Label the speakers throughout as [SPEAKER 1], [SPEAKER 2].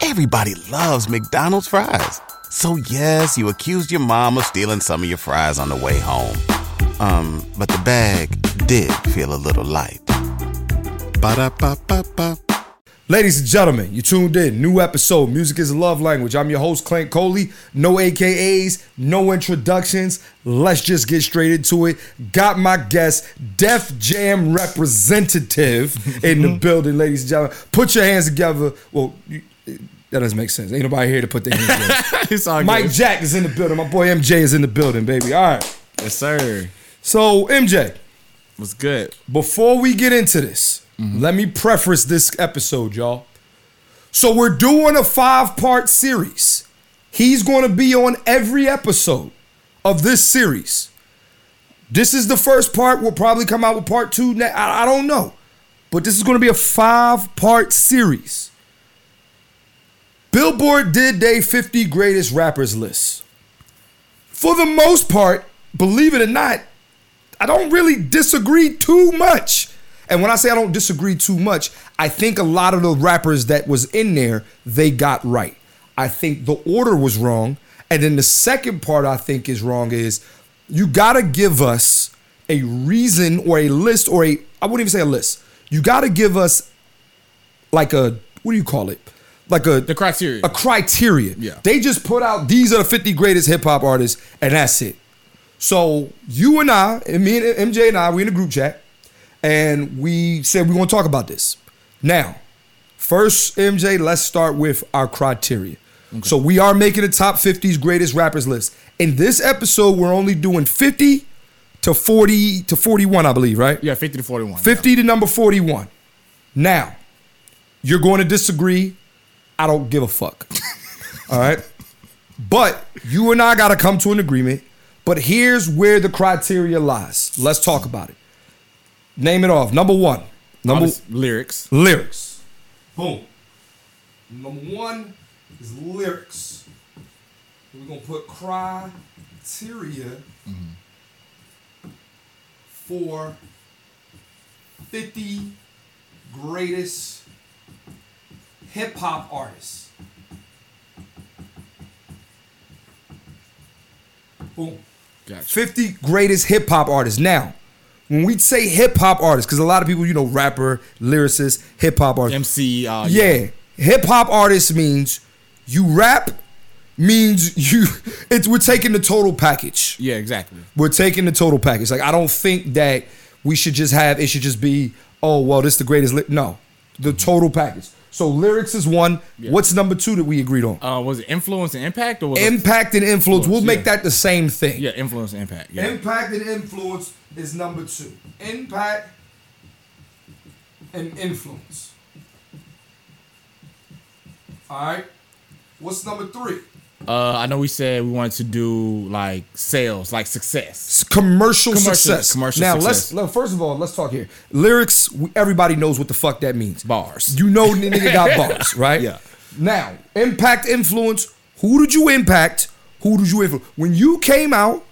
[SPEAKER 1] Everybody loves McDonald's fries. So yes, you accused your mom of stealing some of your fries on the way home. Um, but the bag did feel a little light. Ba-da-ba-ba-ba.
[SPEAKER 2] Ladies and gentlemen, you tuned in. New episode. Music is a love language. I'm your host, Clint Coley. No AKAs, no introductions. Let's just get straight into it. Got my guest, Def Jam representative in the building, ladies and gentlemen. Put your hands together. Well, you, that doesn't make sense. Ain't nobody here to put their hands together.
[SPEAKER 3] It's all
[SPEAKER 2] Mike
[SPEAKER 3] good.
[SPEAKER 2] Jack is in the building. My boy MJ is in the building, baby. All right.
[SPEAKER 3] Yes, sir.
[SPEAKER 2] So, MJ,
[SPEAKER 3] What's good?
[SPEAKER 2] before we get into this, let me preface this episode, y'all. So we're doing a five-part series. He's going to be on every episode of this series. This is the first part. We'll probably come out with part two. Ne- I, I don't know, but this is going to be a five-part series. Billboard did their 50 greatest rappers list. For the most part, believe it or not, I don't really disagree too much. And when I say I don't disagree too much, I think a lot of the rappers that was in there, they got right. I think the order was wrong. And then the second part I think is wrong is you gotta give us a reason or a list or a I wouldn't even say a list. You gotta give us like a what do you call it? Like a
[SPEAKER 3] The criteria.
[SPEAKER 2] A criteria.
[SPEAKER 3] Yeah.
[SPEAKER 2] They just put out these are the 50 greatest hip hop artists, and that's it. So you and I, and me and MJ and I, we in a group chat, and we said we're gonna talk about this. Now, first, MJ, let's start with our criteria. So we are making the top 50's greatest rappers list. In this episode, we're only doing 50 to 40 to 41, I believe, right?
[SPEAKER 3] Yeah, 50 to 41.
[SPEAKER 2] 50 to number 41. Now, you're going to disagree. I don't give a fuck. All right? But you and I got to come to an agreement. But here's where the criteria lies. Let's talk about it. Name it off. Number one.
[SPEAKER 3] All
[SPEAKER 2] Number
[SPEAKER 3] this lyrics.
[SPEAKER 2] lyrics. Boom. Number one is lyrics. We're gonna put criteria for 50 greatest hip hop artists. Boom.
[SPEAKER 3] Gotcha.
[SPEAKER 2] 50 greatest hip hop artists. Now, when we say hip hop artists, because a lot of people, you know, rapper, lyricist, hip hop artist.
[SPEAKER 3] MC. Uh,
[SPEAKER 2] Yeah. Hip hop artist means you rap means you it's we're taking the total package.
[SPEAKER 3] Yeah, exactly.
[SPEAKER 2] We're taking the total package. Like I don't think that we should just have it should just be, oh well, this the greatest li-. no. The total package. So lyrics is one. What's number two that we agreed on?
[SPEAKER 3] Uh, was it influence and impact or was it?
[SPEAKER 2] Impact and influence. We'll make
[SPEAKER 3] Uh, yeah.
[SPEAKER 2] that the same thing.
[SPEAKER 3] Yeah, influence and impact. Yeah.
[SPEAKER 2] Impact and influence is number two. Impact and influence. All right. What's number three?
[SPEAKER 3] uh, I know we said we wanted to do like sales, like success.
[SPEAKER 2] Commercial,
[SPEAKER 3] Commercial-
[SPEAKER 2] success.
[SPEAKER 3] commercial
[SPEAKER 2] now let's
[SPEAKER 3] success.
[SPEAKER 2] let, first of all let's talk here. Lyrics. we- Everybody knows what the fuck that means.
[SPEAKER 3] Bars.
[SPEAKER 2] You know, the nigga got bars, right?
[SPEAKER 3] Yeah.
[SPEAKER 2] Now, impact, influence. Who did you impact? Who did you influence? When you came out,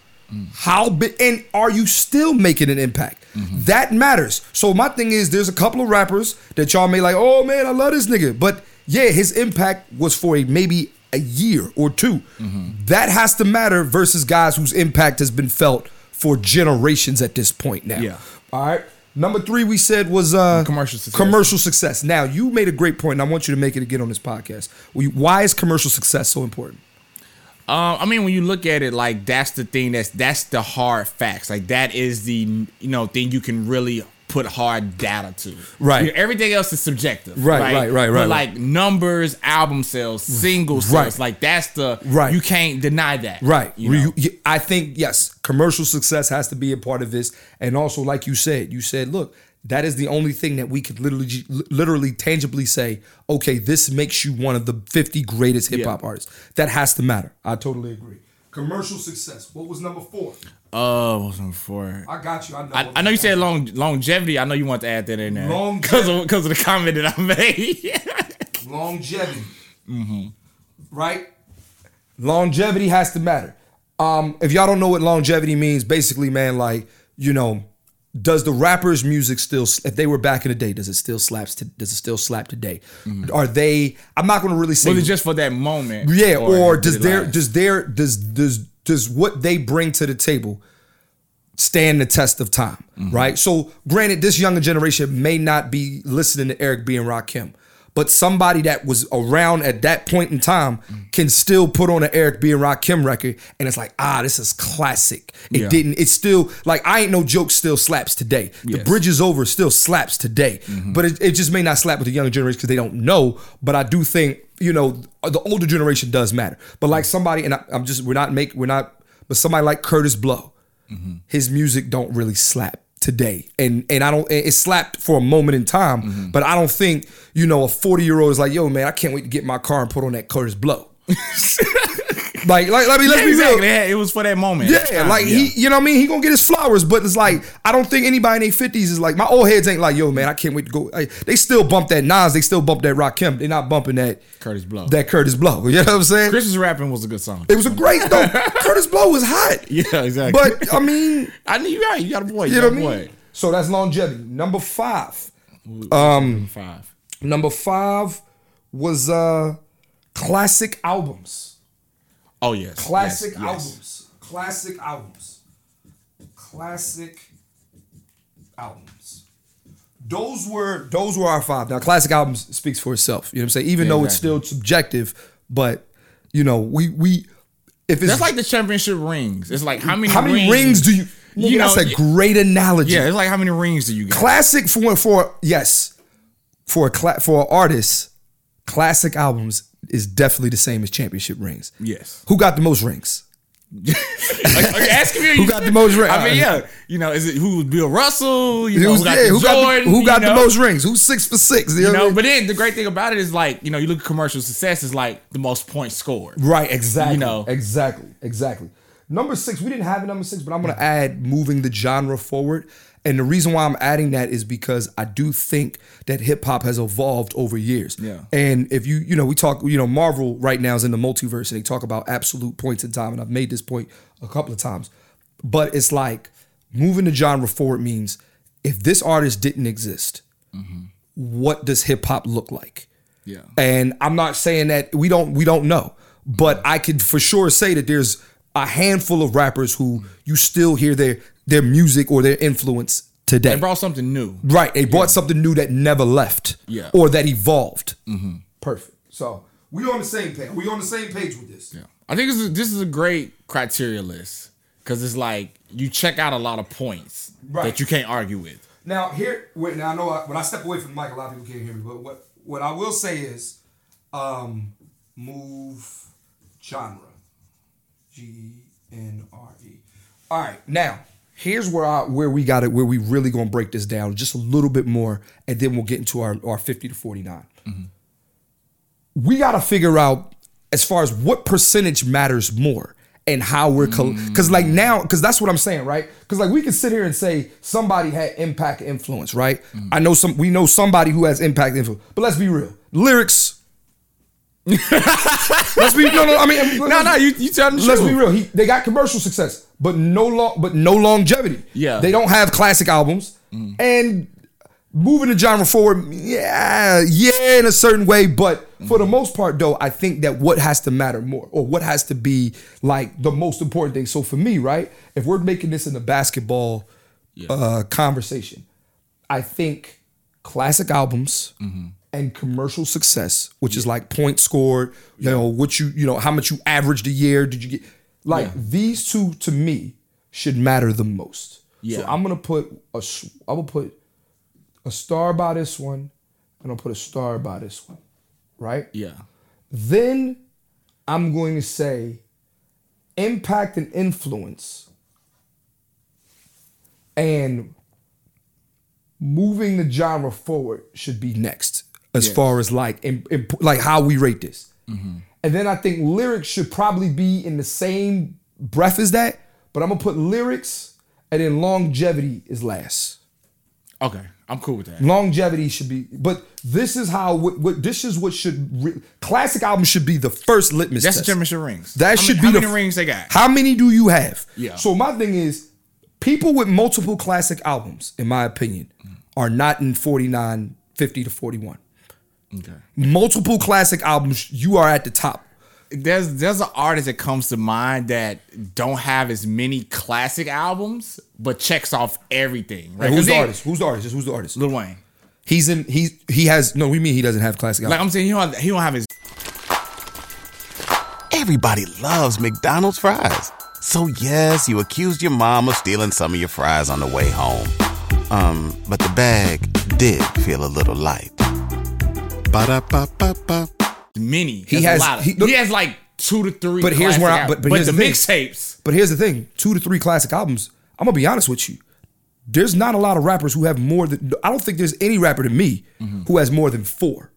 [SPEAKER 2] how big and are you still making an impact?
[SPEAKER 3] Mm-hmm.
[SPEAKER 2] That matters. So my thing is, there's a couple of rappers that y'all may like. Oh man, I love this nigga, but yeah, his impact was for a maybe a year or 2
[SPEAKER 3] Mm-hmm.
[SPEAKER 2] That has to matter versus guys whose impact has been felt for generations at this point now.
[SPEAKER 3] Yeah.
[SPEAKER 2] All right. Number three, we said was uh,
[SPEAKER 3] Commercial success.
[SPEAKER 2] Commercial success. Now, you made a great point, and I want you to make it again on this podcast. We- Why is commercial success so important?
[SPEAKER 3] Um, I mean, when you look at it, like that's the thing that's that's the hard facts. Like that is the you know thing you can really put hard data to.
[SPEAKER 2] Right.
[SPEAKER 3] You know, everything else is subjective.
[SPEAKER 2] Right, right, right, right,
[SPEAKER 3] But
[SPEAKER 2] right.
[SPEAKER 3] like numbers, album sales, single
[SPEAKER 2] Right.
[SPEAKER 3] sales, like that's the
[SPEAKER 2] Right.
[SPEAKER 3] You can't deny that.
[SPEAKER 2] Right.
[SPEAKER 3] You know?
[SPEAKER 2] You- you- I think, yes, commercial success has to be a part of this. And also, like you said, you said, look, that is the only thing that we could literally, literally tangibly say, okay, this makes you one of the 50 greatest hip hop artists. That has to matter. I totally agree. Commercial success. What was number four?
[SPEAKER 3] Oh, what was number four?
[SPEAKER 2] I got you. I know,
[SPEAKER 3] I, I know you said long longevity. I know you want to add that in there.
[SPEAKER 2] Longe-
[SPEAKER 3] because of because of the comment that I made.
[SPEAKER 2] longevity. Right? Mm-hmm. Longevity has to matter. Um, if y'all don't know what longevity means, basically, man, like, you know, does the rappers' music still? If they were back in the day, does it still slaps? To, does it still slap today? Are they? I'm not going to really say.
[SPEAKER 3] Was it just for that moment?
[SPEAKER 2] Yeah, or, does
[SPEAKER 3] did it
[SPEAKER 2] their
[SPEAKER 3] last?
[SPEAKER 2] does their does does does what they bring to the table stand the test of time,
[SPEAKER 3] Mm-hmm.
[SPEAKER 2] right? So, granted, this younger generation may not be listening to Eric B and Rakim, but somebody that was around at that point in time
[SPEAKER 3] Mm.
[SPEAKER 2] can still put on an Eric B and Rakim record, and it's like, ah, this is classic. It
[SPEAKER 3] Yeah.
[SPEAKER 2] didn't. It's still like I ain't no joke. Still slaps today. The
[SPEAKER 3] Yes. Mm-hmm.
[SPEAKER 2] bridge is over. Still slaps today. But it, it just may not slap with the younger generation because they don't know. But I do think you know the older generation does matter. But like
[SPEAKER 3] Mm.
[SPEAKER 2] somebody, and I, I'm just we're not make we're not. But somebody like Curtis Blow, his music don't really slap today and and i don't it it slapped for a moment in time but i don't think you know a 40 year old is like yo man i can't wait to get in my car and put on that curtis blow like like i mean let's
[SPEAKER 3] Yeah,
[SPEAKER 2] be
[SPEAKER 3] exactly.
[SPEAKER 2] real
[SPEAKER 3] Yeah, It was for that moment. That
[SPEAKER 2] yeah,
[SPEAKER 3] time,
[SPEAKER 2] like he, you know what I mean. He gonna get his flowers, but it's like I don't think anybody in their fifties is like my old heads ain't like yo man. I can't wait to go. Like, they still bump that Nas, they still bump that Rakim. They not bumping that
[SPEAKER 3] Curtis Blow.
[SPEAKER 2] that Curtis Blow. You know what I'm saying?
[SPEAKER 3] Christmas rapping was a good song.
[SPEAKER 2] it was a great though. Curtis Blow was hot.
[SPEAKER 3] Yeah, exactly.
[SPEAKER 2] But I mean,
[SPEAKER 3] I knew you right. You got a boy. You,
[SPEAKER 2] you know
[SPEAKER 3] got a
[SPEAKER 2] what I
[SPEAKER 3] boy.
[SPEAKER 2] mean. So that's longevity. Number five. Um,
[SPEAKER 3] Five.
[SPEAKER 2] Number five was uh classic albums.
[SPEAKER 3] Oh yes.
[SPEAKER 2] Classic
[SPEAKER 3] yes, yes.
[SPEAKER 2] albums. Classic albums. Classic albums. Those were those were our five. Now classic albums speaks for itself. You know what I'm saying? Even
[SPEAKER 3] Yeah,
[SPEAKER 2] though it's still subjective, but you know, we we if it's
[SPEAKER 3] That's like the championship rings. It's like how many
[SPEAKER 2] how many rings, do you
[SPEAKER 3] You
[SPEAKER 2] that's
[SPEAKER 3] know,
[SPEAKER 2] a great analogy.
[SPEAKER 3] Yeah, it's like how many rings do you got?
[SPEAKER 2] Classic for for yes. For a cla- for artists, classic albums is definitely the same as championship rings.
[SPEAKER 3] yes.
[SPEAKER 2] Who got the most rings?
[SPEAKER 3] Like, okay, ask me
[SPEAKER 2] Who got the most ring?
[SPEAKER 3] I mean, yeah. You know, is it who was Bill Russell? You know,
[SPEAKER 2] Who's-
[SPEAKER 3] who got
[SPEAKER 2] yeah,
[SPEAKER 3] the
[SPEAKER 2] who got the-
[SPEAKER 3] Jordan?
[SPEAKER 2] who got
[SPEAKER 3] you
[SPEAKER 2] the
[SPEAKER 3] know?
[SPEAKER 2] most rings? Who's six for six? You
[SPEAKER 3] You
[SPEAKER 2] know what I
[SPEAKER 3] know,
[SPEAKER 2] mean?
[SPEAKER 3] but then the great thing about it is like, you know, you look at commercial success is like the most points scored.
[SPEAKER 2] right, exactly.
[SPEAKER 3] You know.
[SPEAKER 2] exactly, exactly. Number six, we didn't have a number six, but
[SPEAKER 3] Mm.
[SPEAKER 2] I'm gonna add moving the genre forward. And the reason why I'm adding that is because I do think that hip hop has evolved over years.
[SPEAKER 3] Yeah.
[SPEAKER 2] And if you, you know, we talk, you know, Marvel right now is in the multiverse and they talk about absolute points in time. And I've made this point a couple of times. But it's like moving the genre forward means if this artist didn't exist, what does hip hop look like?
[SPEAKER 3] Mm-hmm. Yeah.
[SPEAKER 2] And I'm not saying that we don't we don't know, but I could for sure say that there's a handful of rappers who you still hear their their music or their influence today.
[SPEAKER 3] They brought something new.
[SPEAKER 2] right, they brought something new that never left,
[SPEAKER 3] Yeah. Mm-hmm.
[SPEAKER 2] or that evolved. Perfect. So we on the same page. We on the same page with this.
[SPEAKER 3] Yeah. I think this is this is a great criteria list because it's like you check out a lot of points
[SPEAKER 2] Right.
[SPEAKER 3] that you can't argue with.
[SPEAKER 2] Now here, wait, now I know I, when I step away from the mic, a lot of people can't hear me. But what what I will say is, um, move genre, G N R E. All right, now here's where I where we got it, where we really gonna break this down just a little bit more, and then we'll get into our our fifty to forty
[SPEAKER 3] Mm-hmm.
[SPEAKER 2] we got to figure out as far as what percentage matters more and how we're
[SPEAKER 3] Mm.
[SPEAKER 2] because like now because that's what i'm saying right because like we can sit here and say somebody had impact influence right
[SPEAKER 3] Mm.
[SPEAKER 2] i know some we know somebody who has impact influence but let's be real lyrics let's be no no i mean
[SPEAKER 3] No, no, you you tell them the
[SPEAKER 2] Let's
[SPEAKER 3] truth.
[SPEAKER 2] be real. He, they got commercial success, but no long, but no longevity.
[SPEAKER 3] Yeah. Mm-hmm.
[SPEAKER 2] they don't have classic albums, and moving the genre forward, yeah, yeah, in a certain way. But for
[SPEAKER 3] Mm-hmm.
[SPEAKER 2] the most part, though, I think that what has to matter more, or what has to be like the most important thing. So for me, right, if we're making this in the basketball uh, conversation, I think classic albums and commercial success, which is like points scored, you know, what you, you know, how much you averaged a year, did you get? Like these two to me should matter the most. So
[SPEAKER 3] Yeah.
[SPEAKER 2] I'm gonna put a, s- I will put a star by this one, and I'll put a star by this one, right?
[SPEAKER 3] Yeah.
[SPEAKER 2] Then I'm going to say impact and influence and moving the genre forward should be next as far as like im- imp- like how we rate this. And then I think lyrics should probably be in the same breath as that, but I'm going to put lyrics and then longevity is last
[SPEAKER 3] Okay. I'm cool with that.
[SPEAKER 2] longevity should be but this is how what, what this is what should re, classic albums should be the first litmus
[SPEAKER 3] That's the
[SPEAKER 2] test
[SPEAKER 3] championship rings.
[SPEAKER 2] that
[SPEAKER 3] How
[SPEAKER 2] should
[SPEAKER 3] many-
[SPEAKER 2] be the
[SPEAKER 3] how many rings they got.
[SPEAKER 2] how many do you have
[SPEAKER 3] Yeah.
[SPEAKER 2] so my thing is people with multiple classic albums, in my opinion, are not in 49, 50 to 41.
[SPEAKER 3] Okay.
[SPEAKER 2] Multiple classic albums, you are at the top.
[SPEAKER 3] There's there's an artist that comes to mind that don't have as many classic albums, but checks off everything. Right?
[SPEAKER 2] Like, who's
[SPEAKER 3] 'Cause
[SPEAKER 2] the
[SPEAKER 3] they-
[SPEAKER 2] artist? Who's the artist? Just who's the artist?
[SPEAKER 3] Lil Wayne.
[SPEAKER 2] He's in. He he has no. We mean he doesn't have classic
[SPEAKER 3] Like
[SPEAKER 2] albums.
[SPEAKER 3] I'm saying, he don't, he don't have his.
[SPEAKER 1] Everybody loves McDonald's fries. So yes, you accused your mom of stealing some of your fries on the way home. Um, but the bag did feel a little light. Ba-da-ba-ba-ba.
[SPEAKER 3] many.
[SPEAKER 2] He
[SPEAKER 3] He
[SPEAKER 2] has-
[SPEAKER 3] has a lot of,
[SPEAKER 2] he-
[SPEAKER 3] he,
[SPEAKER 2] look-
[SPEAKER 3] has like two to three.
[SPEAKER 2] But here's
[SPEAKER 3] classic
[SPEAKER 2] where I-
[SPEAKER 3] al-
[SPEAKER 2] but- but
[SPEAKER 3] but,
[SPEAKER 2] here's
[SPEAKER 3] the
[SPEAKER 2] the thing.
[SPEAKER 3] mixtapes.
[SPEAKER 2] But here's the thing: two to three classic albums. I'm gonna be honest with you. There's not a lot of rappers who have more than. I don't think there's any rapper to me who has more than four.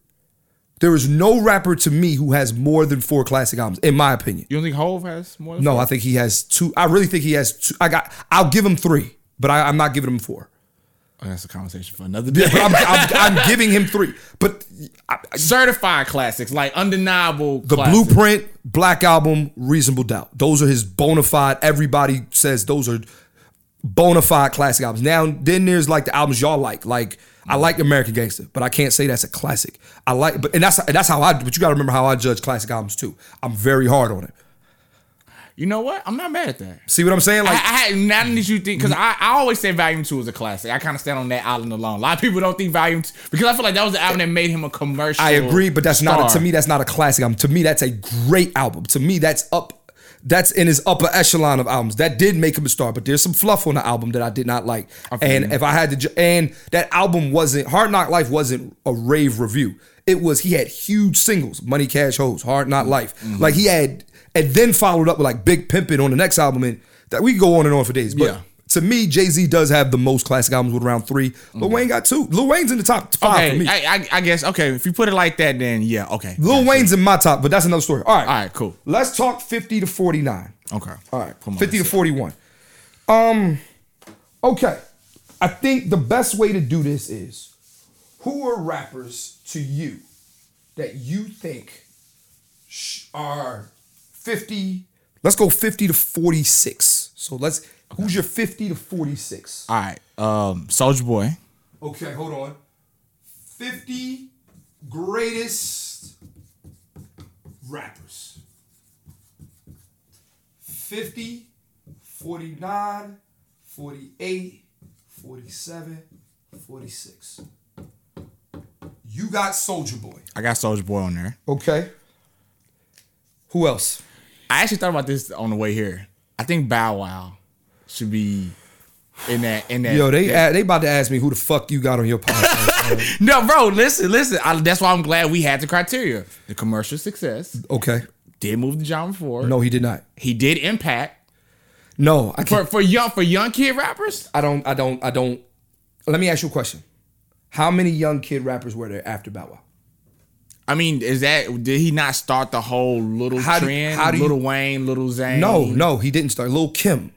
[SPEAKER 2] There is no rapper to me who has more than four classic albums, in my opinion.
[SPEAKER 3] You don't think Hove has more? Than
[SPEAKER 2] No, I think he has two. I really think he has two. I got. I'll give him three, but I, I'm not giving him four.
[SPEAKER 3] Oh, that's a conversation for another day.
[SPEAKER 2] Yeah, but I'm, I'm, I'm giving him three. But I,
[SPEAKER 3] Certified classics, like undeniable.
[SPEAKER 2] The Blueprint, Black Album, Reasonable Doubt. Those are his bona fide. Everybody says those are bona fide classic albums. Now, then there's like the albums y'all like. Like I like American Gangster, but I can't say that's a classic. I like, but and that's and that's how I. But you got to remember how I judge classic albums too. I'm very hard on it.
[SPEAKER 3] You know what? I'm not mad at that.
[SPEAKER 2] See what I'm saying?
[SPEAKER 3] I, I
[SPEAKER 2] Like
[SPEAKER 3] had not that you think because I, I always say Volume Two is a classic. I kind of stand on that island alone. A lot of people don't think Volume Two because I feel like that was the album that made him a commercial.
[SPEAKER 2] I agree, but that's not a, to
[SPEAKER 3] star.
[SPEAKER 2] me. That's not a classic album. To me, that's a great album. To me, that's up. That's in his upper echelon of albums. That did make him a star, but there's some fluff on the album that I did not like. And if I had to, ju- and that album wasn't Hard Knock Life wasn't a rave review. It was he had huge singles, Money Cash Hoes, Hard Knock Life.
[SPEAKER 3] Mm-hmm.
[SPEAKER 2] Like he had, and then followed up with like Big Pimpin' on the next album, and that we could go on and on for days. But
[SPEAKER 3] Yeah.
[SPEAKER 2] to me, Jay Z does have the most classic albums with around three. Lil Wayne got two. Lil Wayne's in the top five for me.
[SPEAKER 3] Mm-hmm. Okay, I, I, I guess okay. If you put it like that, then yeah, okay.
[SPEAKER 2] Lil Wayne's in my top, but that's another story. All right.
[SPEAKER 3] All right, cool.
[SPEAKER 2] Let's talk 50 to 49.
[SPEAKER 3] Okay.
[SPEAKER 2] All right.
[SPEAKER 3] Come on,
[SPEAKER 2] 50 to
[SPEAKER 3] let's see.
[SPEAKER 2] 41. Um, okay. I think the best way to do this is who are rappers to you that you think sh- are 50? Let's go 50 to 46. So let's, who's your 50 to 46?
[SPEAKER 3] All right, um, Soldier Boy.
[SPEAKER 2] Okay, hold on. 50 greatest rappers. 50, 49, 48, 47, 46. You got Soldier Boy.
[SPEAKER 3] I got Soldier Boy on there.
[SPEAKER 2] Okay. Who else?
[SPEAKER 3] I actually thought about this on the way here. I think Bow Wow should be in that in that.
[SPEAKER 2] Yo, they
[SPEAKER 3] that-
[SPEAKER 2] a- they about to ask me who the fuck you got on your podcast. man.
[SPEAKER 3] no, bro. Listen, listen. I, that's why I'm glad we had the criteria: the commercial success,
[SPEAKER 2] okay.
[SPEAKER 3] did move the genre forward.
[SPEAKER 2] No, he did not.
[SPEAKER 3] he did impact
[SPEAKER 2] No, I can't.
[SPEAKER 3] for for young for young kid rappers.
[SPEAKER 2] I don't, I don't, I don't. Let me ask you a question. How many young kid rappers were there after Bow Wow?
[SPEAKER 3] I mean, is that did he not start the whole little
[SPEAKER 2] How do-
[SPEAKER 3] trend?
[SPEAKER 2] how do you-
[SPEAKER 3] little Wayne, little Zane?
[SPEAKER 2] No, no, he didn't start. Lil Kim.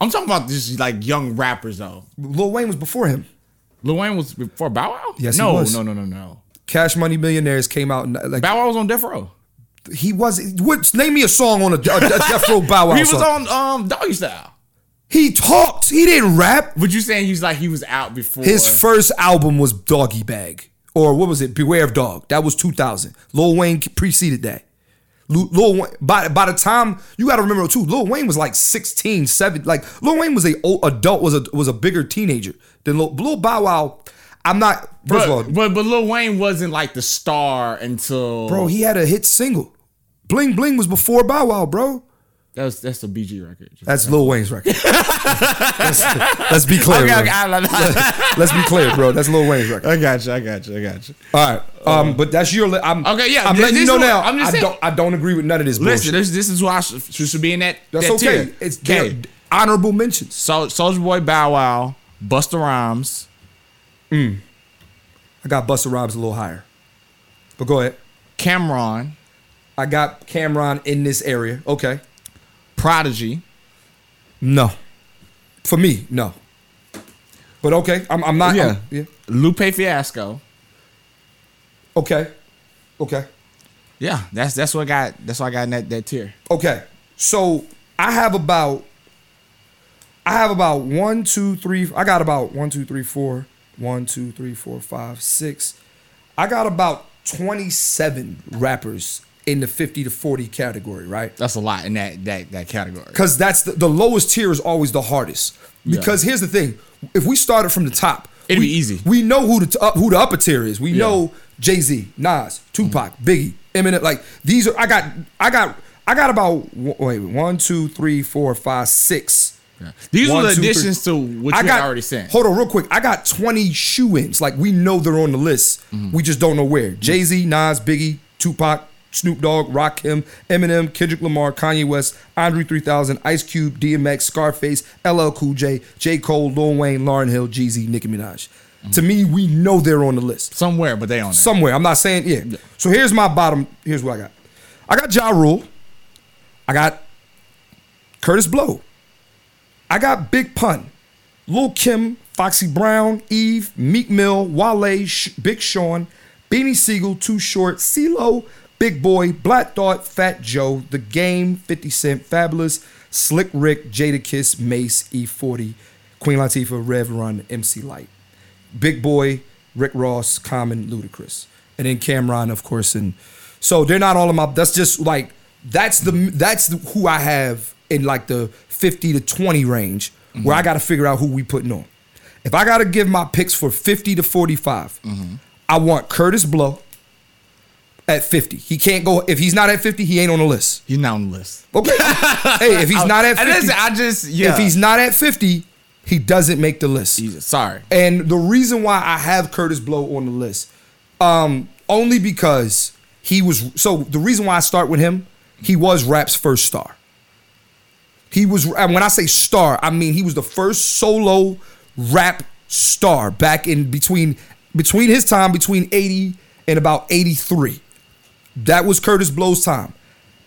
[SPEAKER 3] I'm talking about just like young rappers though.
[SPEAKER 2] Lil Wayne was before him.
[SPEAKER 3] Lil Wayne was before Bow Wow.
[SPEAKER 2] Yes, he
[SPEAKER 3] no,
[SPEAKER 2] was.
[SPEAKER 3] no, no, no, no.
[SPEAKER 2] Cash Money Millionaires came out and like
[SPEAKER 3] Bow Wow was on Death Row.
[SPEAKER 2] he was. What, name me a song on a, a, a Death Row Bow Wow
[SPEAKER 3] He was
[SPEAKER 2] song.
[SPEAKER 3] on um Doggy Style.
[SPEAKER 2] he talked. He didn't rap.
[SPEAKER 3] But you saying he's like he was out before
[SPEAKER 2] His first album was Doggy Bag, or what was it? Beware of Dog. That was 2000. Lil Wayne preceded that. Lu- Lil Wayne, by by the time you got to remember too, Lil Wayne was like 16, 7. Like Lil Wayne was a old adult, was a was a bigger teenager than Lil, Lil Bow Wow. I'm not. First
[SPEAKER 3] but,
[SPEAKER 2] of all,
[SPEAKER 3] but but Lil Wayne wasn't like the star until
[SPEAKER 2] Bro, he had a hit single. Bling Bling was before Bow Wow, bro.
[SPEAKER 3] that's that's the BG record.
[SPEAKER 2] That's Lil Wayne's record. let's, let's be clear.
[SPEAKER 3] okay,
[SPEAKER 2] bro.
[SPEAKER 3] okay, I, I,
[SPEAKER 2] Let's be clear, bro. That's Lil Wayne's record.
[SPEAKER 3] I, got you, I got you, I got you.
[SPEAKER 2] All right. Um, but that's your. Li- I'm
[SPEAKER 3] Okay, yeah,
[SPEAKER 2] I'm
[SPEAKER 3] this-
[SPEAKER 2] letting you
[SPEAKER 3] this
[SPEAKER 2] know
[SPEAKER 3] is what-
[SPEAKER 2] now.
[SPEAKER 3] I'm just
[SPEAKER 2] I
[SPEAKER 3] saying-
[SPEAKER 2] don't. I don't agree with none of this bullshit.
[SPEAKER 3] Listen, this this is why I should, should be in that.
[SPEAKER 2] That's
[SPEAKER 3] that
[SPEAKER 2] okay.
[SPEAKER 3] Tier.
[SPEAKER 2] It's they're
[SPEAKER 3] okay.
[SPEAKER 2] honorable mentions.
[SPEAKER 3] So, Soldier Boy, Bow Wow, Busta Rhymes.
[SPEAKER 2] I got Busta Rhymes a little higher, but go ahead.
[SPEAKER 3] Cameron,
[SPEAKER 2] I got Cameron in this area. Okay.
[SPEAKER 3] Prodigy.
[SPEAKER 2] No. For me, no. But okay, I'm, I'm not.
[SPEAKER 3] Yeah.
[SPEAKER 2] I'm- yeah.
[SPEAKER 3] Lupe Fiasco.
[SPEAKER 2] Okay. Okay.
[SPEAKER 3] Yeah, that's that's what I got. That's what I got in that, that tier.
[SPEAKER 2] Okay. So I have about I have about one, two, three. I got about one, two, three, four. One, two, three, four, five, six. I got about 27 rappers in the 50 to 40 category, right?
[SPEAKER 3] That's a lot in that that that category.
[SPEAKER 2] Because that's the, the lowest tier is always the hardest. Because here's the thing: if we started from the top,
[SPEAKER 3] It'd
[SPEAKER 2] we,
[SPEAKER 3] be easy.
[SPEAKER 2] We know who the t- up, who the upper tier is. We know Jay Z, Nas, Tupac,
[SPEAKER 3] Mm.
[SPEAKER 2] Biggie, Eminem. Like these are. I got. I got. I got about w- wait one, two, three, four, five, six.
[SPEAKER 3] These
[SPEAKER 2] One,
[SPEAKER 3] are the
[SPEAKER 2] two, three.
[SPEAKER 3] additions to what you had already sent.
[SPEAKER 2] Hold on, real quick. I got 20 shoe ins. Like, we know they're on the list.
[SPEAKER 3] Mm-hmm.
[SPEAKER 2] We just don't know where. Jay Z, Nas, Biggie, Tupac, Snoop Dogg, Rakim, Eminem, Kendrick Lamar, Kanye West, Andre 3000, Ice Cube, DMX, Scarface, LL Cool J, J. Cole, Lil Wayne, Lauren Hill, Jeezy, Nicki Minaj.
[SPEAKER 3] Mm-hmm.
[SPEAKER 2] To me, we know they're on the list
[SPEAKER 3] Somewhere, but they on there.
[SPEAKER 2] somewhere. I'm not saying yeah. So here's my bottom. Here's what I got. I got Ja Rule. I got Curtis Blow. I got Big Pun, Lil Kim, Foxy Brown, Eve, Meek Mill, Wale, Sh- Big Sean, Beanie Siegel, Too Short, CeeLo, Big Boy, Black Thought, Fat Joe, The Game, 50 Cent, Fabulous, Slick Rick, Jada Kiss, Mace, E40, Queen Latifah, Rev Run, MC Light. Big Boy, Rick Ross, Common, Ludacris, and then Cameron, of course. And so they're not all in my. That's just like that's the that's the, who I have in like the fifty to twenty range, where I
[SPEAKER 3] Mm-hmm.
[SPEAKER 2] got to figure out who we putting on. If I got to give my picks for fifty to 45
[SPEAKER 3] Mm-hmm.
[SPEAKER 2] I want Curtis Blow at fifty. He can't go if he's not at fifty. He ain't on the list.
[SPEAKER 3] He's not on the list.
[SPEAKER 2] Okay. hey, if he's not at
[SPEAKER 3] And
[SPEAKER 2] fifty,
[SPEAKER 3] listen, I just yeah.
[SPEAKER 2] if he's not at fifty, he doesn't make the list.
[SPEAKER 3] Jesus, sorry.
[SPEAKER 2] And the reason why I have Curtis Blow on the list, um, only because he was so the reason why I start with him, he was rap's first star. He was and when I say star, I mean he was the first solo rap star back in between between his time between 80 and about 83. That was Curtis Blow's time.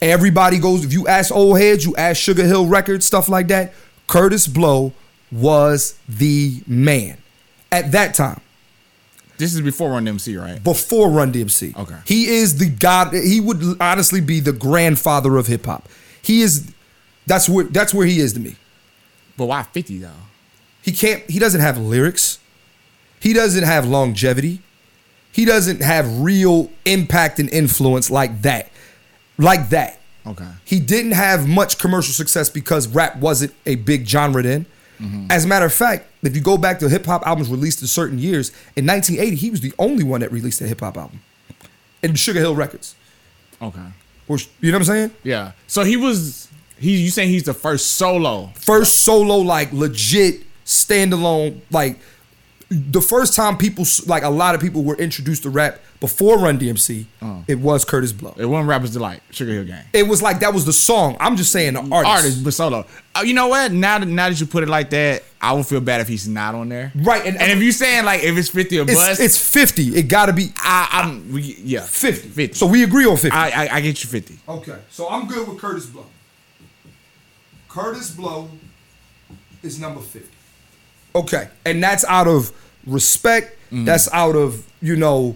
[SPEAKER 2] Everybody goes, if you ask old heads, you ask Sugar Hill Records, stuff like that. Curtis Blow was the man at that time
[SPEAKER 3] This is before Run MC, right?
[SPEAKER 2] before Run DMC.
[SPEAKER 3] Okay.
[SPEAKER 2] He is the god. He would honestly be the grandfather of hip hop. He is. That's where that's where he is to me.
[SPEAKER 3] But why 50 though?
[SPEAKER 2] He can't. He doesn't have lyrics. He doesn't have longevity. He doesn't have real impact and influence like that. Like that.
[SPEAKER 3] Okay.
[SPEAKER 2] He didn't have much commercial success because rap wasn't a big genre then. As a matter of fact, if you go back to hip hop albums released in certain years, in 1980, he was the only one that released a hip hop album. And Sugar Hill Records.
[SPEAKER 3] Okay.
[SPEAKER 2] Or, you know what I'm saying?
[SPEAKER 3] Yeah. So he was he you saying he's the first solo.
[SPEAKER 2] first solo like legit standalone like the first time people s- like a lot of people were introduced to rap before Run DMC
[SPEAKER 3] Uh.
[SPEAKER 2] it was Curtis Blow
[SPEAKER 3] It wasn't rappers delight, Sugar Hill Gang.
[SPEAKER 2] it was like that was the song I'm just saying the artist,
[SPEAKER 3] Mm, Artist, but solo. Uh, you know what? Now that now that you put it like that, I would feel bad if he's not on there.
[SPEAKER 2] Right, and-
[SPEAKER 3] And, if you're saying like if it's 50 or
[SPEAKER 2] it's,
[SPEAKER 3] bust,
[SPEAKER 2] it's 50 it gotta be
[SPEAKER 3] I, I'm we, yeah
[SPEAKER 2] 50.
[SPEAKER 3] 50.
[SPEAKER 2] so we agree on 50
[SPEAKER 3] I, I I get you 50.
[SPEAKER 2] okay so I'm good with Curtis Blow Curtis Blow is number 50 okay and that's out of respect that's out of you know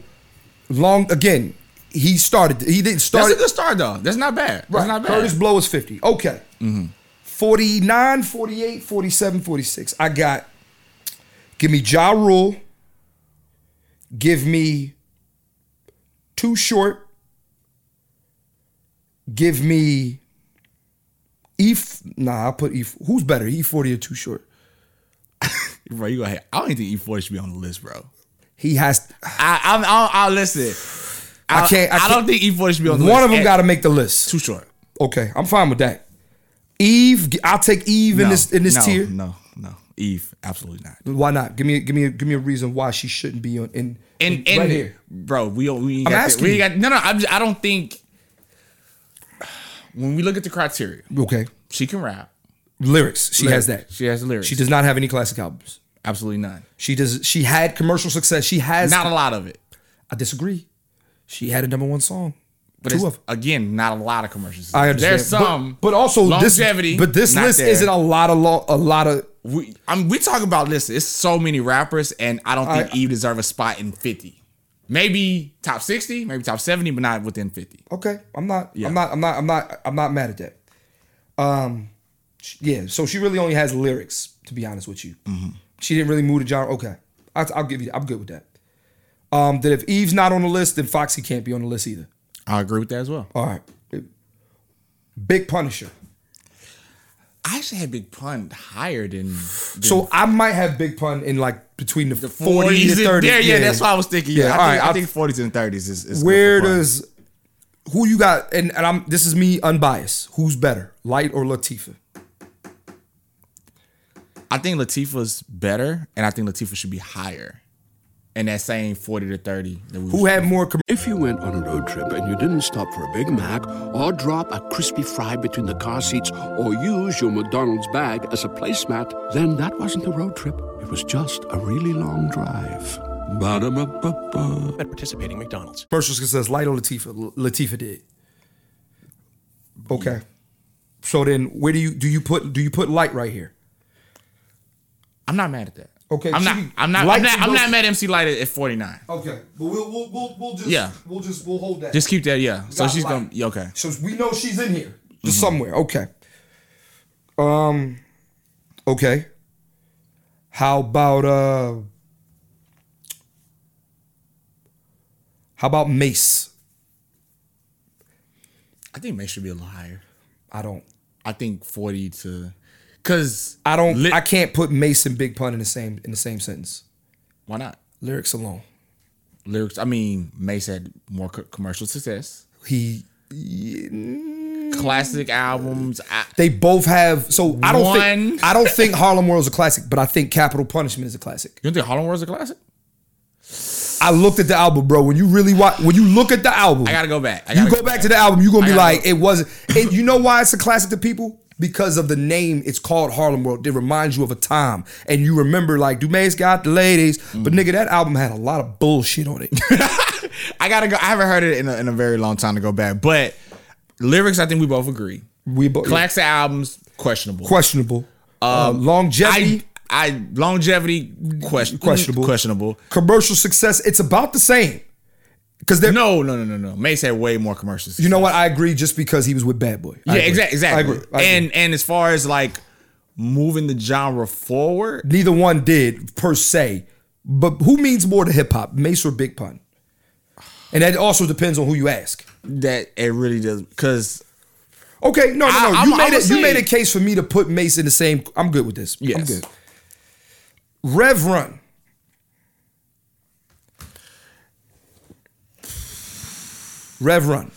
[SPEAKER 2] long again he started he didn't start
[SPEAKER 3] That's a
[SPEAKER 2] it-
[SPEAKER 3] good start though. That's not bad. That's not bad.
[SPEAKER 2] Curtis Blow is 50. Okay.
[SPEAKER 3] Mm-hmm.
[SPEAKER 2] 49, 48, 47, 46. I got, give me Ja Rule. Give me Too Short. Give me E. Nah, I'll put E. Who's better, E40 or Too Short?
[SPEAKER 3] bro, you go ahead. I don't even think E40 should be on the list, bro.
[SPEAKER 2] He has,
[SPEAKER 3] I I'm, I'll, I'll listen.
[SPEAKER 2] I can't- I
[SPEAKER 3] I, don't
[SPEAKER 2] can't-
[SPEAKER 3] think E40 should be on the list.
[SPEAKER 2] one of them
[SPEAKER 3] Hey,
[SPEAKER 2] got to make the list.
[SPEAKER 3] too short.
[SPEAKER 2] Okay, I'm fine with that. Eve, I'll take Eve in
[SPEAKER 3] No,
[SPEAKER 2] this in this
[SPEAKER 3] no,
[SPEAKER 2] tier.
[SPEAKER 3] No, no, Eve, absolutely not.
[SPEAKER 2] Why not? Give me, give me, give me a reason why she shouldn't be on in,
[SPEAKER 3] And
[SPEAKER 2] in-
[SPEAKER 3] and
[SPEAKER 2] right here.
[SPEAKER 3] bro, we don't- we ain't
[SPEAKER 2] I'm
[SPEAKER 3] got that.
[SPEAKER 2] asking
[SPEAKER 3] we ain't
[SPEAKER 2] you.
[SPEAKER 3] got no no. I'm just, I don't think when we look at the criteria,
[SPEAKER 2] Okay,
[SPEAKER 3] she can rap.
[SPEAKER 2] lyrics. She has
[SPEAKER 3] Lyrics.
[SPEAKER 2] that.
[SPEAKER 3] She has the lyrics.
[SPEAKER 2] She does not have any classic albums.
[SPEAKER 3] absolutely none.
[SPEAKER 2] She does. She had commercial success. She has.
[SPEAKER 3] Not a lot of it.
[SPEAKER 2] I disagree. She had a number one song.
[SPEAKER 3] But
[SPEAKER 2] Two
[SPEAKER 3] it's,
[SPEAKER 2] of 'em.
[SPEAKER 3] again, not a lot of commercials.
[SPEAKER 2] I understand.
[SPEAKER 3] There's some,
[SPEAKER 2] but, but also
[SPEAKER 3] longevity.
[SPEAKER 2] This, but this
[SPEAKER 3] not
[SPEAKER 2] list
[SPEAKER 3] there.
[SPEAKER 2] isn't a lot of lo- a lot of.
[SPEAKER 3] We, I mean, we talking about listen. It's so many rappers, and I don't think
[SPEAKER 2] I-
[SPEAKER 3] Eve deserve a spot in fifty. Maybe top sixty, maybe top seventy, but not within fifty.
[SPEAKER 2] Okay, I'm not. I'm not. I'm not. I'm not. I'm not mad at that. Um, sh- yeah. So she really only has lyrics. to be honest with you.
[SPEAKER 3] Mm-hmm.
[SPEAKER 2] She didn't really move the genre. Okay, I, will give you. I'm good with that. Um, that if Eve's not on the list, then Foxy can't be on the list either.
[SPEAKER 3] I agree with that as well.
[SPEAKER 2] All right. Big Punisher.
[SPEAKER 3] I actually had Big Pun higher than, than
[SPEAKER 2] So I might have Big Pun in like between the, 40s
[SPEAKER 3] 40s
[SPEAKER 2] and
[SPEAKER 3] and
[SPEAKER 2] 30s.
[SPEAKER 3] Yeah, yeah, that's what I was thinking. Yeah,
[SPEAKER 2] Yeah,
[SPEAKER 3] I,
[SPEAKER 2] all
[SPEAKER 3] think,
[SPEAKER 2] right,
[SPEAKER 3] I
[SPEAKER 2] I'll-
[SPEAKER 3] think 40s and 30s is, is good for
[SPEAKER 2] Where
[SPEAKER 3] Pun.
[SPEAKER 2] does who you got? And, and I'm this is me unbiased. Who's better, Light or Latifah?
[SPEAKER 3] I think Latifah's better, and I think Latifah should be higher, in that same 40 to 30. That we
[SPEAKER 2] Who had more? Com-
[SPEAKER 4] If you went on a road trip and you didn't stop for a Big Mac or drop a crispy fry between the car seats or use your McDonald's bag as a placemat, then that wasn't a road trip. It was just a really long drive. Ba-da-ba-ba-ba.
[SPEAKER 5] at participating McDonald's.
[SPEAKER 2] Commercials it says Light or Latifah. L- Latifah did. Okay. So then, where do you do you put do you put Light right here?
[SPEAKER 3] I'm not mad at that.
[SPEAKER 2] Okay,
[SPEAKER 3] I'm
[SPEAKER 2] she-
[SPEAKER 3] not. I'm not.
[SPEAKER 2] Light
[SPEAKER 3] I'm not,
[SPEAKER 2] can
[SPEAKER 3] I'm
[SPEAKER 2] go-
[SPEAKER 3] not mad at MC Light at, at 49.
[SPEAKER 2] Okay, but we'll we'll we'll, we'll just
[SPEAKER 3] Yeah.
[SPEAKER 2] we'll just we'll hold that.
[SPEAKER 3] Just keep that. Yeah. So
[SPEAKER 2] Got
[SPEAKER 3] she's
[SPEAKER 2] Light.
[SPEAKER 3] gonna. Yeah, okay.
[SPEAKER 2] So we know she's in here, just
[SPEAKER 3] Mm-hmm.
[SPEAKER 2] somewhere. Okay. Um. Okay. How about uh? How about Mace?
[SPEAKER 3] I think May should be a little higher.
[SPEAKER 2] I don't.
[SPEAKER 3] I think 40 to, cause
[SPEAKER 2] I don't.
[SPEAKER 3] Lit-
[SPEAKER 2] I can't put Mace and Big Pun in the same in the same sentence.
[SPEAKER 3] why not?
[SPEAKER 2] Lyrics alone.
[SPEAKER 3] Lyrics. I mean, Mace had more co- commercial success.
[SPEAKER 2] He.
[SPEAKER 3] Classic albums. I,
[SPEAKER 2] They both have. So I don't think.
[SPEAKER 3] One.
[SPEAKER 2] I don't think Harlem World's a classic, but I think Capital Punishment is a classic.
[SPEAKER 3] you don't think Harlem World's a classic?
[SPEAKER 2] I looked at the album, bro. When you really watch, when you look at the album,
[SPEAKER 3] I gotta go back. I
[SPEAKER 2] you
[SPEAKER 3] gotta
[SPEAKER 2] go back to the album, you're gonna
[SPEAKER 3] I
[SPEAKER 2] be
[SPEAKER 3] gotta
[SPEAKER 2] like,
[SPEAKER 3] go-
[SPEAKER 2] it wasn't. And you know why it's a classic to people? Because of the name, it's called Harlem World. It reminds you of a time, and you remember like Dumaise got the ladies, but nigga, that album had a lot of bullshit on it.
[SPEAKER 3] I gotta go. I haven't heard it in a, in a very long time to go back, but lyrics. I think we both agree.
[SPEAKER 2] we both
[SPEAKER 3] Classic albums questionable.
[SPEAKER 2] questionable. Um, longevity,
[SPEAKER 3] I I longevity question,
[SPEAKER 2] Questionable.
[SPEAKER 3] questionable.
[SPEAKER 2] commercial success, it's about the same. Because they're
[SPEAKER 3] No, no, no, no, no. Mace had way more commercials.
[SPEAKER 2] You know what? I agree. Just because he was with Bad Boy. I
[SPEAKER 3] yeah,
[SPEAKER 2] agree.
[SPEAKER 3] exactly,
[SPEAKER 2] I
[SPEAKER 3] exactly.
[SPEAKER 2] agree. I agree.
[SPEAKER 3] And and as far as like moving the genre forward,
[SPEAKER 2] neither one did per se. But who means more to hip hop, Mace or Big Pun? And that also depends on who you ask.
[SPEAKER 3] that it really does because
[SPEAKER 2] Okay, no, no, no.
[SPEAKER 3] I-
[SPEAKER 2] you
[SPEAKER 3] I'm-
[SPEAKER 2] made
[SPEAKER 3] I'ma
[SPEAKER 2] it. You
[SPEAKER 3] say-
[SPEAKER 2] made a case for me to put Mace in the same. I'm good with this. I'm
[SPEAKER 3] Yes.
[SPEAKER 2] good. Rev Run. Rev Run.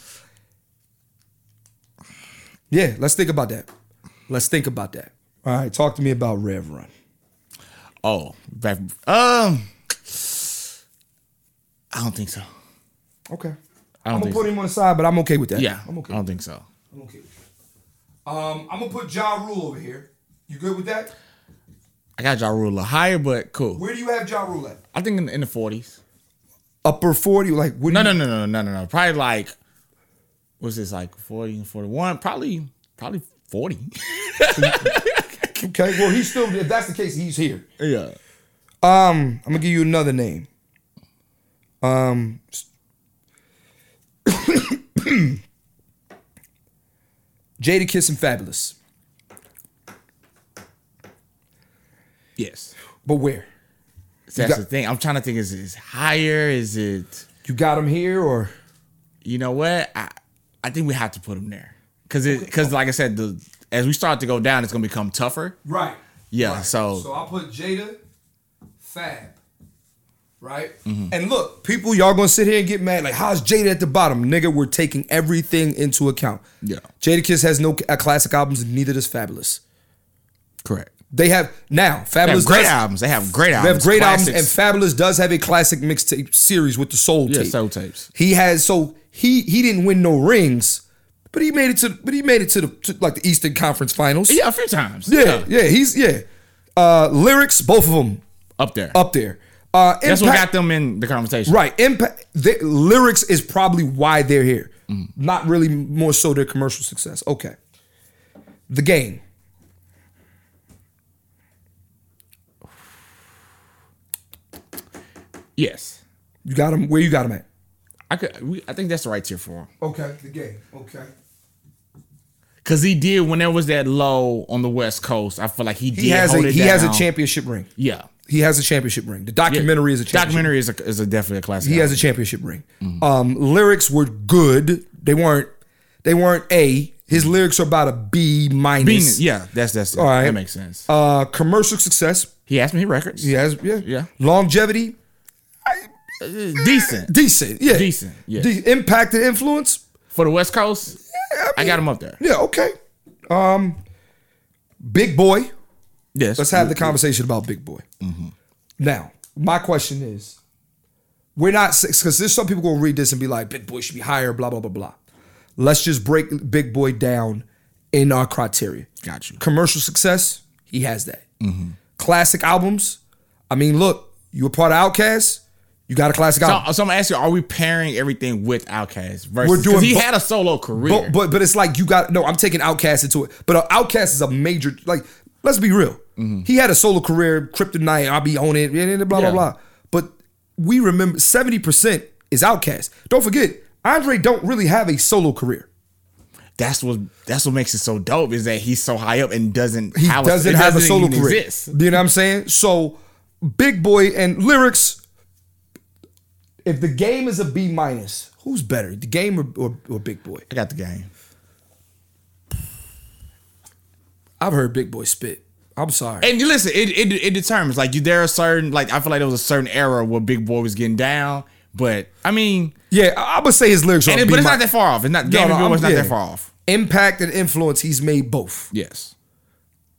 [SPEAKER 2] Yeah, let's think about that. Let's think about that. All right, talk to me about Rev Run.
[SPEAKER 3] oh, back, um, I don't think so.
[SPEAKER 2] Okay.
[SPEAKER 3] I
[SPEAKER 2] I'm
[SPEAKER 3] don't
[SPEAKER 2] gonna
[SPEAKER 3] think
[SPEAKER 2] put
[SPEAKER 3] so.
[SPEAKER 2] him on the side, but I'm okay with that.
[SPEAKER 3] Yeah,
[SPEAKER 2] I'm okay.
[SPEAKER 3] I don't think so.
[SPEAKER 2] I'm okay. Um, I'm gonna put Ja Rule over here. You good with that?
[SPEAKER 3] I got Ja Rule a little higher, but cool.
[SPEAKER 2] Where do you have Ja Rule at?
[SPEAKER 3] I think in, in the forties.
[SPEAKER 2] Upper forty, like what?
[SPEAKER 3] No,
[SPEAKER 2] do
[SPEAKER 3] no,
[SPEAKER 2] you,
[SPEAKER 3] no, no, no, no, no. Probably like what's this like 40 and 41? Probably probably 40.
[SPEAKER 2] Okay, well he's still. If that's the case, he's here.
[SPEAKER 3] yeah.
[SPEAKER 2] Um, I'm gonna give you another name. Um, s- Jada Kiss and Fabulous,
[SPEAKER 3] Yes.
[SPEAKER 2] but where?
[SPEAKER 3] That's
[SPEAKER 2] got-
[SPEAKER 3] the thing. I'm trying to think is it higher? Is it
[SPEAKER 2] You got him here, or
[SPEAKER 3] you know what? I I think we have to put him there. Cause it cause like I said, the as we start to go down, it's gonna become tougher.
[SPEAKER 2] right?
[SPEAKER 3] Yeah, so,
[SPEAKER 2] I'll put Jada, Fab, right?
[SPEAKER 3] Mm-hmm.
[SPEAKER 2] And look, people, y'all gonna sit here and get mad. Like, how's Jada at the bottom? Nigga, we're taking everything into account.
[SPEAKER 3] Yeah.
[SPEAKER 2] Jada Kiss has no uh, classic albums, and neither does Fabulous.
[SPEAKER 3] correct.
[SPEAKER 2] They have now
[SPEAKER 3] They
[SPEAKER 2] Fabulous
[SPEAKER 3] have great
[SPEAKER 2] does,
[SPEAKER 3] albums. They have great
[SPEAKER 2] They
[SPEAKER 3] albums.
[SPEAKER 2] have great albums, and
[SPEAKER 3] classics.
[SPEAKER 2] Fabulous does have a classic mixtape series with the Soul
[SPEAKER 3] Yeah,
[SPEAKER 2] tape.
[SPEAKER 3] Soul Tapes.
[SPEAKER 2] He has so he he didn't win no rings, but he made it to but he made it to the to like the Eastern Conference Finals.
[SPEAKER 3] Yeah, a few times.
[SPEAKER 2] yeah, yeah. He's yeah. Uh, lyrics, both of them
[SPEAKER 3] Up there.
[SPEAKER 2] up there. Uh, impact,
[SPEAKER 3] That's what got them in the conversation.
[SPEAKER 2] right. Impact the, lyrics is probably why they're here.
[SPEAKER 3] Mm.
[SPEAKER 2] Not really more so their commercial success. Okay, the game.
[SPEAKER 3] Yes.
[SPEAKER 2] You got him. Where you got him at?
[SPEAKER 3] I could we, I think that's the right tier for him.
[SPEAKER 2] Okay, the game. Okay.
[SPEAKER 3] Cause he did when there was that low on the West Coast. I feel like he did.
[SPEAKER 2] He has
[SPEAKER 3] hold
[SPEAKER 2] a
[SPEAKER 3] it
[SPEAKER 2] he has a
[SPEAKER 3] down.
[SPEAKER 2] championship ring.
[SPEAKER 3] Yeah.
[SPEAKER 2] He has a championship ring. The documentary is a championship.
[SPEAKER 3] documentary Mm. is a, is a definitely a classic.
[SPEAKER 2] He has a
[SPEAKER 3] album.
[SPEAKER 2] championship ring. Um, lyrics were good. They weren't. They weren't a. His lyrics are about a B
[SPEAKER 3] Being,
[SPEAKER 2] minus.
[SPEAKER 3] Mm. yeah, that's that's it.
[SPEAKER 2] All right.
[SPEAKER 3] that makes sense.
[SPEAKER 2] Uh, commercial success.
[SPEAKER 3] he asked me records.
[SPEAKER 2] He has. Yeah.
[SPEAKER 3] Yeah.
[SPEAKER 2] Longevity.
[SPEAKER 3] Uh, decent
[SPEAKER 2] Decent. Yeah.
[SPEAKER 3] Decent, yes.
[SPEAKER 2] De- impact and influence.
[SPEAKER 3] for the West Coast. I,
[SPEAKER 2] mean-
[SPEAKER 3] got him up there.
[SPEAKER 2] Yeah. Okay. Um, big boy.
[SPEAKER 3] Yes.
[SPEAKER 2] Let's have the conversation about Big Boy. Now, my question is, we're not because there's some people gonna read this and be like, Big Boy should be higher, blah blah blah blah. Let's just break Big Boy down in our criteria.
[SPEAKER 3] Got you.
[SPEAKER 2] Commercial success, he has that. Classic albums. I mean, look, you were part of Outkast. You got a classic
[SPEAKER 3] So,
[SPEAKER 2] album.
[SPEAKER 3] so I'm gonna ask you: Are we pairing everything with Outkast? Versus,
[SPEAKER 2] We're doing
[SPEAKER 3] 'cause he
[SPEAKER 2] bo-
[SPEAKER 3] had a solo career.
[SPEAKER 2] But, but but it's like you got no. I'm taking Outkast into it, but uh, Outkast is a major. Like let's be real. He had a solo career, Kryptonite. I'll be on it. and- and Blah blah
[SPEAKER 3] Mm-hmm. Yeah.
[SPEAKER 2] blah. But we remember seventy percent is Outkast. Don't forget, Andre don't really have a solo career.
[SPEAKER 3] that's what that's what makes it so dope is that he's so high up and doesn't
[SPEAKER 2] He
[SPEAKER 3] how it-
[SPEAKER 2] doesn't
[SPEAKER 3] it
[SPEAKER 2] have a
[SPEAKER 3] doesn't
[SPEAKER 2] solo
[SPEAKER 3] even
[SPEAKER 2] career.
[SPEAKER 3] exist.
[SPEAKER 2] You know what I'm saying? So Big Boy and lyrics. If the game is a B minus, who's better, the game or, or, or Big Boy?
[SPEAKER 3] I got the game.
[SPEAKER 2] I've heard Big Boy spit. I'm sorry.
[SPEAKER 3] And you listen, it, it it determines like you there are certain like I feel like there was a certain era where Big Boy was getting down, but I mean,
[SPEAKER 2] yeah, I I would say his lyrics are.
[SPEAKER 3] and
[SPEAKER 2] a
[SPEAKER 3] it,
[SPEAKER 2] B
[SPEAKER 3] but it's not
[SPEAKER 2] minus.
[SPEAKER 3] that far off. It's not Game
[SPEAKER 2] no,
[SPEAKER 3] and Big
[SPEAKER 2] I'm-
[SPEAKER 3] Boy's not
[SPEAKER 2] yeah.
[SPEAKER 3] that far off.
[SPEAKER 2] impact and influence he's made both
[SPEAKER 3] Yes,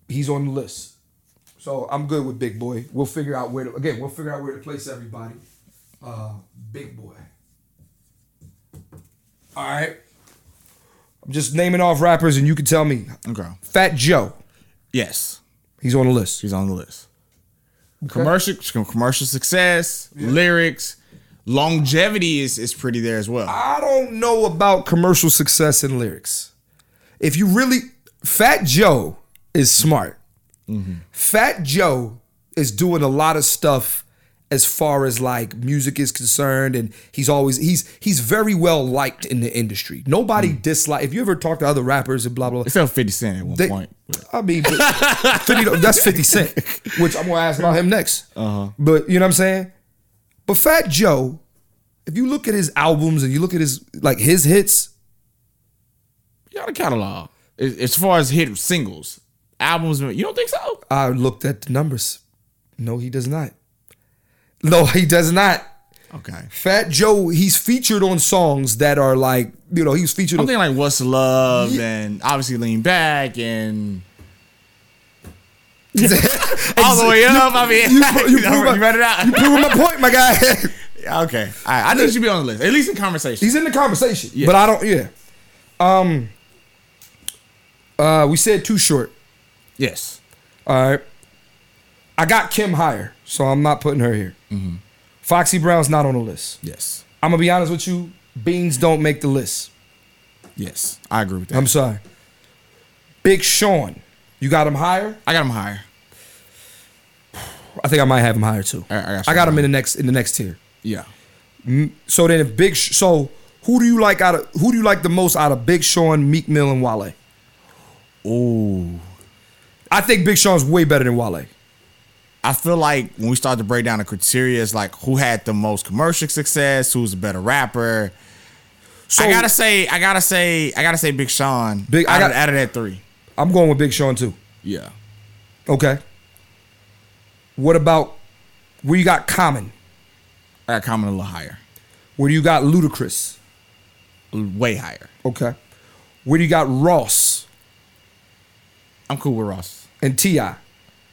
[SPEAKER 2] he's on the list so i'm good with big boy we'll figure out where to again we'll figure out where to place everybody uh big boy all right i'm just naming off rappers and you can tell me
[SPEAKER 3] okay,
[SPEAKER 2] fat joe
[SPEAKER 3] yes,
[SPEAKER 2] he's on the list
[SPEAKER 3] she's on the list. Commercial commercial success, lyrics, longevity is is pretty there as well.
[SPEAKER 2] i don't know about commercial success and lyrics if you really fat joe is smart Fat Joe is doing a lot of stuff as far as like music is concerned, and he's always he's he's very well liked in the industry. Nobody dislike. If you ever talk to other rappers and blah blah, blah
[SPEAKER 3] Except Fifty Cent at one
[SPEAKER 2] they-
[SPEAKER 3] point. but-
[SPEAKER 2] I mean, but 50, that's Fifty Cent, which I'm gonna ask about him next. Uh-huh. But you know what I'm saying? But Fat Joe, if you look at his albums and you look at his like his hits,
[SPEAKER 3] You got a catalog. As as far as hit singles, albums, you don't think so?
[SPEAKER 2] I looked at the numbers. No, he does not. No, he does not.
[SPEAKER 3] Okay.
[SPEAKER 2] Fat Joe, he's featured on songs that are like, you know, he's featured
[SPEAKER 3] I'm
[SPEAKER 2] on.
[SPEAKER 3] thinking like What's Love and obviously Lean Back and all the way up. I mean,
[SPEAKER 2] You, pro- you,
[SPEAKER 3] you,
[SPEAKER 2] prove my,
[SPEAKER 3] read it out.
[SPEAKER 2] you prove my point, my guy.
[SPEAKER 3] okay. All right. I think you should be on the list, at least in conversation.
[SPEAKER 2] he's in the conversation, but I don't. Yeah. Um. Uh, we said too short.
[SPEAKER 3] Yes.
[SPEAKER 2] All right. I got Kim higher, so I'm not putting her here.
[SPEAKER 3] Mm-hmm.
[SPEAKER 2] Foxy Brown's not on the list.
[SPEAKER 3] Yes.
[SPEAKER 2] I'm gonna be honest with you. Beans don't make the list.
[SPEAKER 3] Yes. I agree with that.
[SPEAKER 2] I'm sorry. Big Sean, you got him higher.
[SPEAKER 3] I got him higher.
[SPEAKER 2] I think I might have him higher too.
[SPEAKER 3] I- I got
[SPEAKER 2] I got him
[SPEAKER 3] you.
[SPEAKER 2] in the next in the next tier.
[SPEAKER 3] Yeah.
[SPEAKER 2] So then, if Big, Sh- so who do you like out of who do you like the most out of Big Sean, Meek Mill, and Wale?
[SPEAKER 3] Ooh.
[SPEAKER 2] I think Big Sean's way better than Wale.
[SPEAKER 3] I feel like when we start to break down the criteria, it's like who had the most commercial success, who's a better rapper.
[SPEAKER 2] So
[SPEAKER 3] I gotta say, I gotta say, I gotta say, Big Sean.
[SPEAKER 2] Big- I
[SPEAKER 3] out, of,
[SPEAKER 2] got-
[SPEAKER 3] out of that three.
[SPEAKER 2] I'm going with Big Sean too.
[SPEAKER 3] Yeah.
[SPEAKER 2] Okay. What about where you got Common?
[SPEAKER 3] I got Common a little higher,
[SPEAKER 2] Where you got Ludacris?
[SPEAKER 3] way higher.
[SPEAKER 2] Okay. Where do you got Ross
[SPEAKER 3] I'm cool with Ross.
[SPEAKER 2] and Ti?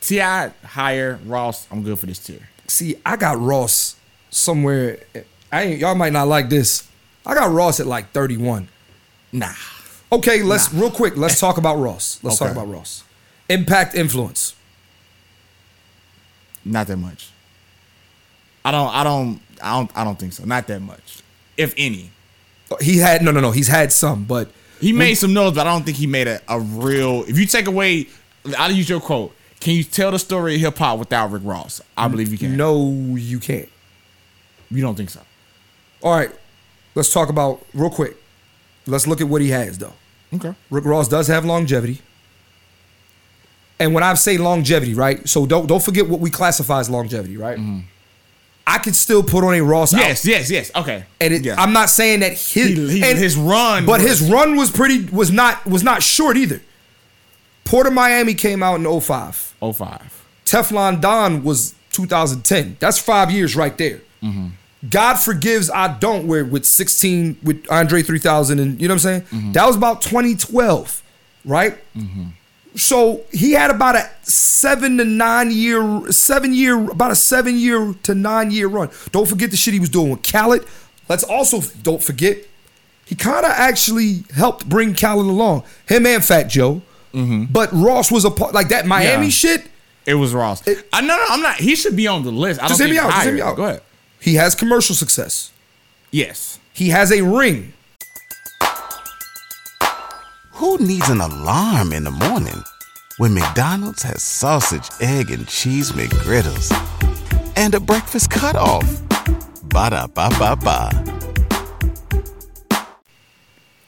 [SPEAKER 3] Ti higher, Ross. I'm good for this tier.
[SPEAKER 2] See, I got Ross somewhere. I ain't, y'all might not like this. I got Ross at like 31.
[SPEAKER 3] Nah.
[SPEAKER 2] Okay, let's real quick. Let's talk about Ross. Let's talk
[SPEAKER 3] Okay.
[SPEAKER 2] about Ross. Impact influence.
[SPEAKER 3] Not that much. I don't. I don't. I don't. I don't think so. Not that much, if any.
[SPEAKER 2] He had no, no, no. He's had some, but
[SPEAKER 3] He made some noise, but I don't think he made a, a real. If you take away, I'll use your quote. Can you tell the story of hip hop without Rick Ross? I believe you can.
[SPEAKER 2] no, you can't.
[SPEAKER 3] you don't think so.
[SPEAKER 2] All right, let's talk about real quick. Let's look at what he has though.
[SPEAKER 3] Okay.
[SPEAKER 2] Rick Ross does have longevity. And when I say longevity, right? So don't don't forget what we classify as longevity, right? I could still put on a Ross outfit.
[SPEAKER 3] Yes, yes, yes. Okay.
[SPEAKER 2] And it,
[SPEAKER 3] yeah.
[SPEAKER 2] I'm not saying that his
[SPEAKER 3] He- he-
[SPEAKER 2] and-
[SPEAKER 3] his run
[SPEAKER 2] but
[SPEAKER 3] was-
[SPEAKER 2] his run was pretty was not was not short either. Port of Miami came out in 05.
[SPEAKER 3] 05.
[SPEAKER 2] Teflon Don was 2010. That's five years right there. God forgives I don't where with 16 with Andre 3000 and you know what I'm saying? That was about 2012, right? So he had about a seven to nine year, seven year, about a seven year to nine year run. Don't forget the shit he was doing with Khaled. Let's also don't forget he kind of actually helped bring Khaled along, him and Fat Joe. But Ross was a part like that Miami
[SPEAKER 3] Yeah.
[SPEAKER 2] shit.
[SPEAKER 3] It was Ross. I no no I'm not. He should be on the list. I
[SPEAKER 2] Just
[SPEAKER 3] don't
[SPEAKER 2] hear me
[SPEAKER 3] think
[SPEAKER 2] out. Just hear me
[SPEAKER 3] higher.
[SPEAKER 2] out.
[SPEAKER 3] Go ahead.
[SPEAKER 2] He has commercial success.
[SPEAKER 3] Yes.
[SPEAKER 2] He has a ring.
[SPEAKER 1] Who needs an alarm in the morning when McDonald's has sausage, egg, and cheese McGriddles and a breakfast cutoff? Ba da ba ba ba.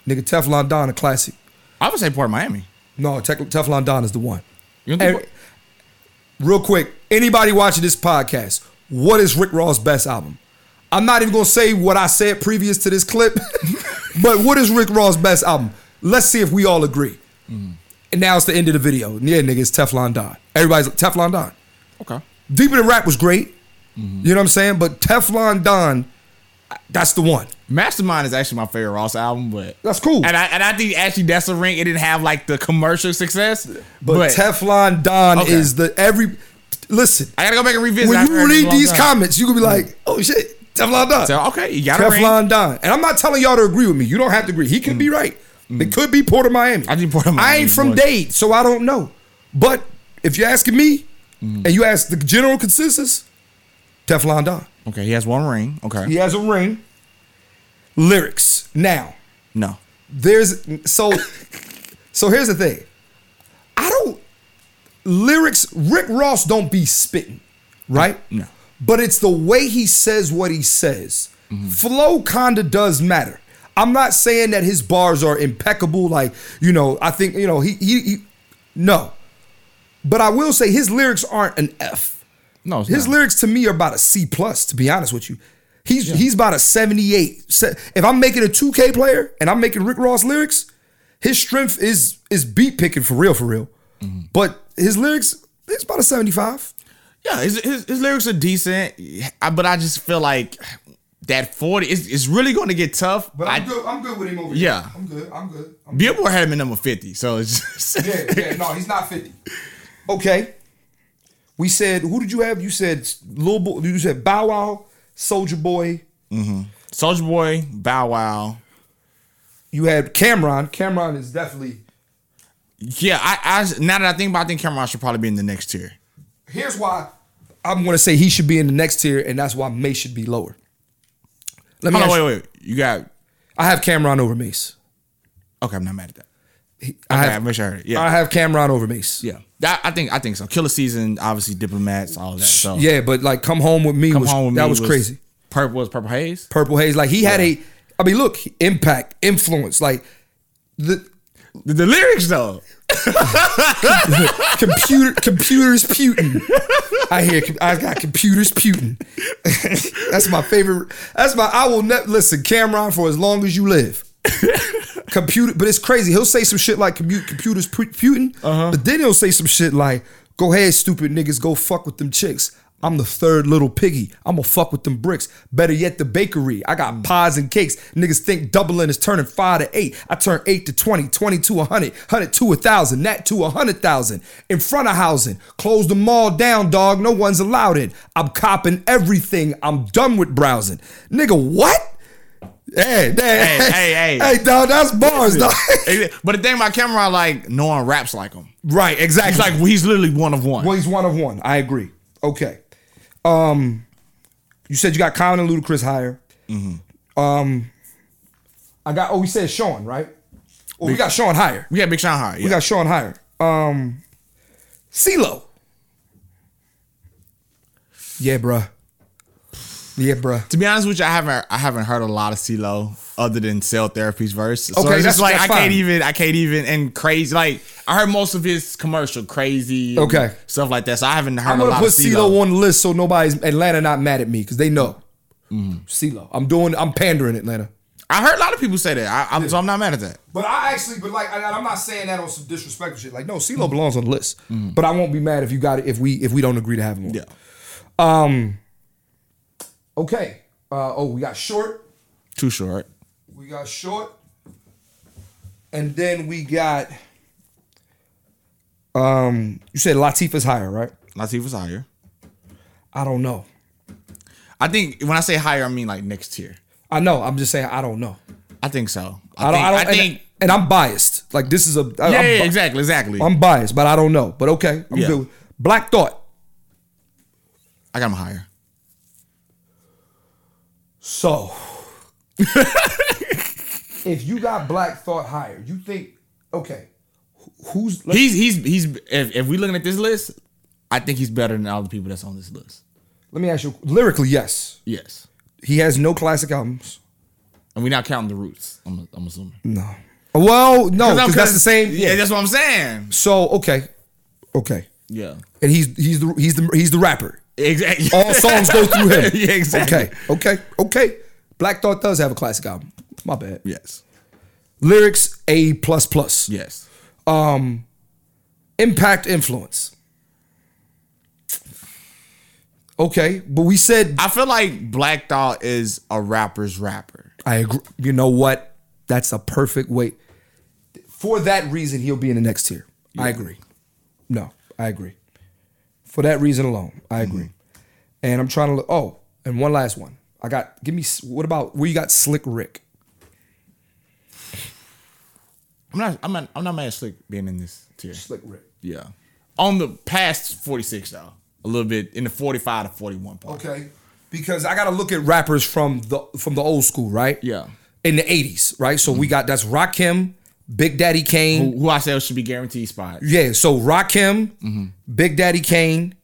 [SPEAKER 2] Nigga, Teflon Don, a classic.
[SPEAKER 3] I would say Port of Miami.
[SPEAKER 2] No, Tef- Teflon Don is the one.
[SPEAKER 3] You don't think
[SPEAKER 2] Hey, real quick, anybody watching this podcast, what is Rick Ross' best album? I'm not even gonna say what I said previous to this clip, but what is Rick Ross' best album? Let's see if we all agree. And now it's the end of the video. Yeah, nigga, it's Teflon Don. Everybody's like, Teflon Don.
[SPEAKER 3] Okay.
[SPEAKER 2] Deeper Than Rap was great. You know what I'm saying? But Teflon Don, that's the one.
[SPEAKER 3] Mastermind is actually my favorite Ross album, but
[SPEAKER 2] That's cool.
[SPEAKER 3] And I and I think actually that's a ring. It didn't have like the commercial success, but,
[SPEAKER 2] But, Teflon Don
[SPEAKER 3] Okay.
[SPEAKER 2] is the every. Listen,
[SPEAKER 3] I gotta go back and revisit.
[SPEAKER 2] when
[SPEAKER 3] I've
[SPEAKER 2] you
[SPEAKER 3] heard it a
[SPEAKER 2] read
[SPEAKER 3] long
[SPEAKER 2] these
[SPEAKER 3] time. Mm.
[SPEAKER 2] comments, you could be like, "Oh shit, Teflon Don."
[SPEAKER 3] so okay, you got a ring. Mm.
[SPEAKER 2] Teflon Don. And I'm not telling y'all to agree with me. You don't have to agree. He could be right. It could be Port of Miami.
[SPEAKER 3] I think Port of
[SPEAKER 2] I
[SPEAKER 3] Miami
[SPEAKER 2] ain't from
[SPEAKER 3] was-
[SPEAKER 2] Dade, so I don't know. But if you're asking me,
[SPEAKER 3] Mm.
[SPEAKER 2] and you ask the general consensus, Teflon Don.
[SPEAKER 3] Okay, he has one ring. Okay,
[SPEAKER 2] He has a ring. Lyrics. Now,
[SPEAKER 3] no,
[SPEAKER 2] there's so so here's the thing. I don't lyrics, Rick Ross don't be spitting, right?
[SPEAKER 3] No.
[SPEAKER 2] But it's the way he says what he says. Flow kinda does matter. I'm not saying that his bars are impeccable, like, you know, I think, you know, he he, he no. But I will say his lyrics aren't an F.
[SPEAKER 3] no, it's
[SPEAKER 2] His
[SPEAKER 3] not.
[SPEAKER 2] lyrics to me are about a C plus. To be honest with you, he's he's about a seventy eight. If I'm making a two K player and I'm making Rick Ross lyrics, his strength is is beat picking for real, for real.
[SPEAKER 3] Mm-hmm.
[SPEAKER 2] But his lyrics, it's about a seventy five.
[SPEAKER 3] Yeah, his, his, his lyrics are decent, I, but I just feel like that forty is it's really going to get tough. But I,
[SPEAKER 2] good. I'm good with him over
[SPEAKER 3] here. Yeah.
[SPEAKER 2] I'm good. I'm good. I'm
[SPEAKER 3] Billboard had him at number fifty, so it's just,
[SPEAKER 2] No, he's not fifty. Okay. We said who did you have? You said Lil Bo- You said Bow Wow, Soldier Boy.
[SPEAKER 3] Soldier Boy, Bow Wow.
[SPEAKER 2] You had Cameron. Cameron is definitely.
[SPEAKER 3] Yeah, I, I now that I think about, it, I think Cameron should probably be in the next tier.
[SPEAKER 2] here's why I'm going to say he should be in the next tier, and that's why Mace should be lower. Let me.
[SPEAKER 3] Hold on,
[SPEAKER 2] ask
[SPEAKER 3] wait,
[SPEAKER 2] you-
[SPEAKER 3] wait. You got
[SPEAKER 2] I have Cameron over Mace.
[SPEAKER 3] okay. I'm not mad at that.
[SPEAKER 2] I
[SPEAKER 3] Okay, I
[SPEAKER 2] have,
[SPEAKER 3] wish I heard it. Yeah,
[SPEAKER 2] I have Cameron over Mace.
[SPEAKER 3] yeah. That, I think I think so. Killer season, obviously diplomats, all that. So
[SPEAKER 2] yeah, but like, come home with me.
[SPEAKER 3] Come
[SPEAKER 2] was,
[SPEAKER 3] home with me.
[SPEAKER 2] that was, crazy.
[SPEAKER 3] Purple was purple haze.
[SPEAKER 2] Purple Haze, like he had a. I mean, look, impact, influence, like the
[SPEAKER 3] The, the lyrics though.
[SPEAKER 2] computer, computers putin. I hear, I got computers putin. that's my favorite. That's my. I will never listen, Cameron, for as long as you live. Computer, but it's crazy. He'll say some shit like commu- computers pu- putin, but then he'll say some shit like, "Go ahead, stupid niggas, go fuck with them chicks." I'm the third little piggy. I'ma fuck with them bricks. Better yet, the bakery. I got pies and cakes. Niggas think doubling is turning five to eight. I turn eight to 20, 20 to 100, 100 to a thousand, that to a hundred thousand. In front of housing. Close the mall down, dog. No one's allowed in. I'm copping everything. I'm done with browsing. Nigga, what? Hey, hey,
[SPEAKER 3] hey, hey.
[SPEAKER 2] hey, dog, that's bars, dog.
[SPEAKER 3] but the thing about Cameron, like no one raps like him.
[SPEAKER 2] right,
[SPEAKER 3] He's
[SPEAKER 2] exactly.
[SPEAKER 3] like he's literally one of one.
[SPEAKER 2] well, he's one of one. I agree. Okay. Um, you said you got Common and Ludacris higher. Um, I got. Oh, we said Sean, right? Oh, we got Sean higher.
[SPEAKER 3] We got Big Sean High. Yeah.
[SPEAKER 2] We got Sean higher. Um, CeeLo. Yeah, bruh. Yeah, bruh.
[SPEAKER 3] To be honest with you, I haven't I haven't heard a lot of CeeLo other than Cell Therapy's verse. So
[SPEAKER 2] Okay, that's-
[SPEAKER 3] it's just like
[SPEAKER 2] that's
[SPEAKER 3] I can't
[SPEAKER 2] fine.
[SPEAKER 3] even I can't even and crazy like I heard most of his commercial crazy and
[SPEAKER 2] Okay.
[SPEAKER 3] stuff like that. So I haven't heard
[SPEAKER 2] I'm
[SPEAKER 3] a
[SPEAKER 2] gonna
[SPEAKER 3] lot
[SPEAKER 2] put
[SPEAKER 3] of CeeLo.
[SPEAKER 2] CeeLo on the list so nobody's Atlanta not mad at me because they know CeeLo. I'm doing. I'm pandering Atlanta.
[SPEAKER 3] I heard a lot of people say that. I, I'm, So I'm not mad at that.
[SPEAKER 2] But I actually, but like, I, am not saying that on some disrespectful shit. Like, no, CeeLo
[SPEAKER 3] Mm-hmm.
[SPEAKER 2] belongs on the list. But I won't be mad if you got it if we if we don't agree to have him on.
[SPEAKER 3] Yeah.
[SPEAKER 2] Um. Okay. Uh, oh, we got short.
[SPEAKER 3] Too short.
[SPEAKER 2] We got short. And then we got. Um, you said Latifah's higher, right?
[SPEAKER 3] Latif was higher.
[SPEAKER 2] I don't know.
[SPEAKER 3] I think when I say higher, I mean like next tier.
[SPEAKER 2] I know. I'm just saying I don't know.
[SPEAKER 3] I think so.
[SPEAKER 2] I, don't.
[SPEAKER 3] think,
[SPEAKER 2] I don't.
[SPEAKER 3] I think
[SPEAKER 2] and, and I'm biased. Like this is a. I,
[SPEAKER 3] yeah,
[SPEAKER 2] I'm,
[SPEAKER 3] yeah,
[SPEAKER 2] bi-
[SPEAKER 3] exactly, exactly. i
[SPEAKER 2] I'm biased, but I don't know. But okay, I'm
[SPEAKER 3] Yeah.
[SPEAKER 2] good. Black Thought.
[SPEAKER 3] got him higher.
[SPEAKER 2] So, if you got Black Thought higher, you think okay? wh- Who's let's-
[SPEAKER 3] He's he's he's. If, if we're looking at this list, I think he's better than all the people that's on this list.
[SPEAKER 2] let me ask you lyrically? Yes,
[SPEAKER 3] Yes,
[SPEAKER 2] he has no classic albums.
[SPEAKER 3] and we're not counting the roots. I'm, I'm assuming.
[SPEAKER 2] No. Well, no,
[SPEAKER 3] I'm-
[SPEAKER 2] because that's the same.
[SPEAKER 3] Yeah, that's what I'm saying.
[SPEAKER 2] So okay, okay,
[SPEAKER 3] Yeah,
[SPEAKER 2] and he's he's the he's the he's the rapper.
[SPEAKER 3] exactly.
[SPEAKER 2] All songs go through him.
[SPEAKER 3] yeah, exactly.
[SPEAKER 2] Okay, okay, okay. Black Thought does have a classic album. My bad.
[SPEAKER 3] Yes.
[SPEAKER 2] Lyrics A plus plus.
[SPEAKER 3] Yes.
[SPEAKER 2] Impact influence. Okay, but we said
[SPEAKER 3] I feel like Black Thought is a rapper's rapper.
[SPEAKER 2] I agree. You know what? That's a perfect way. For that reason, he'll be in the next tier. I agree. No, I agree. For that reason alone, I agree. And I'm trying to look. Oh, and one last one. I got. Give me. s- What about where you got Slick Rick?
[SPEAKER 3] I'm not. I'm not. I'm not mad at Slick being in this tier.
[SPEAKER 2] Slick Rick.
[SPEAKER 3] Yeah. On the past 46 though, a little bit in the 45 to 41 part.
[SPEAKER 2] Okay. Because I gotta look at rappers from the from the old school, right?
[SPEAKER 3] Yeah. Mm-hmm.
[SPEAKER 2] In the '80s, right? So we got that's Rakim, Big Daddy Kane.
[SPEAKER 3] Who, who I said should be guaranteed spot.
[SPEAKER 2] Yeah, so Rakim,
[SPEAKER 3] Mm-hmm.
[SPEAKER 2] Big Daddy Kane,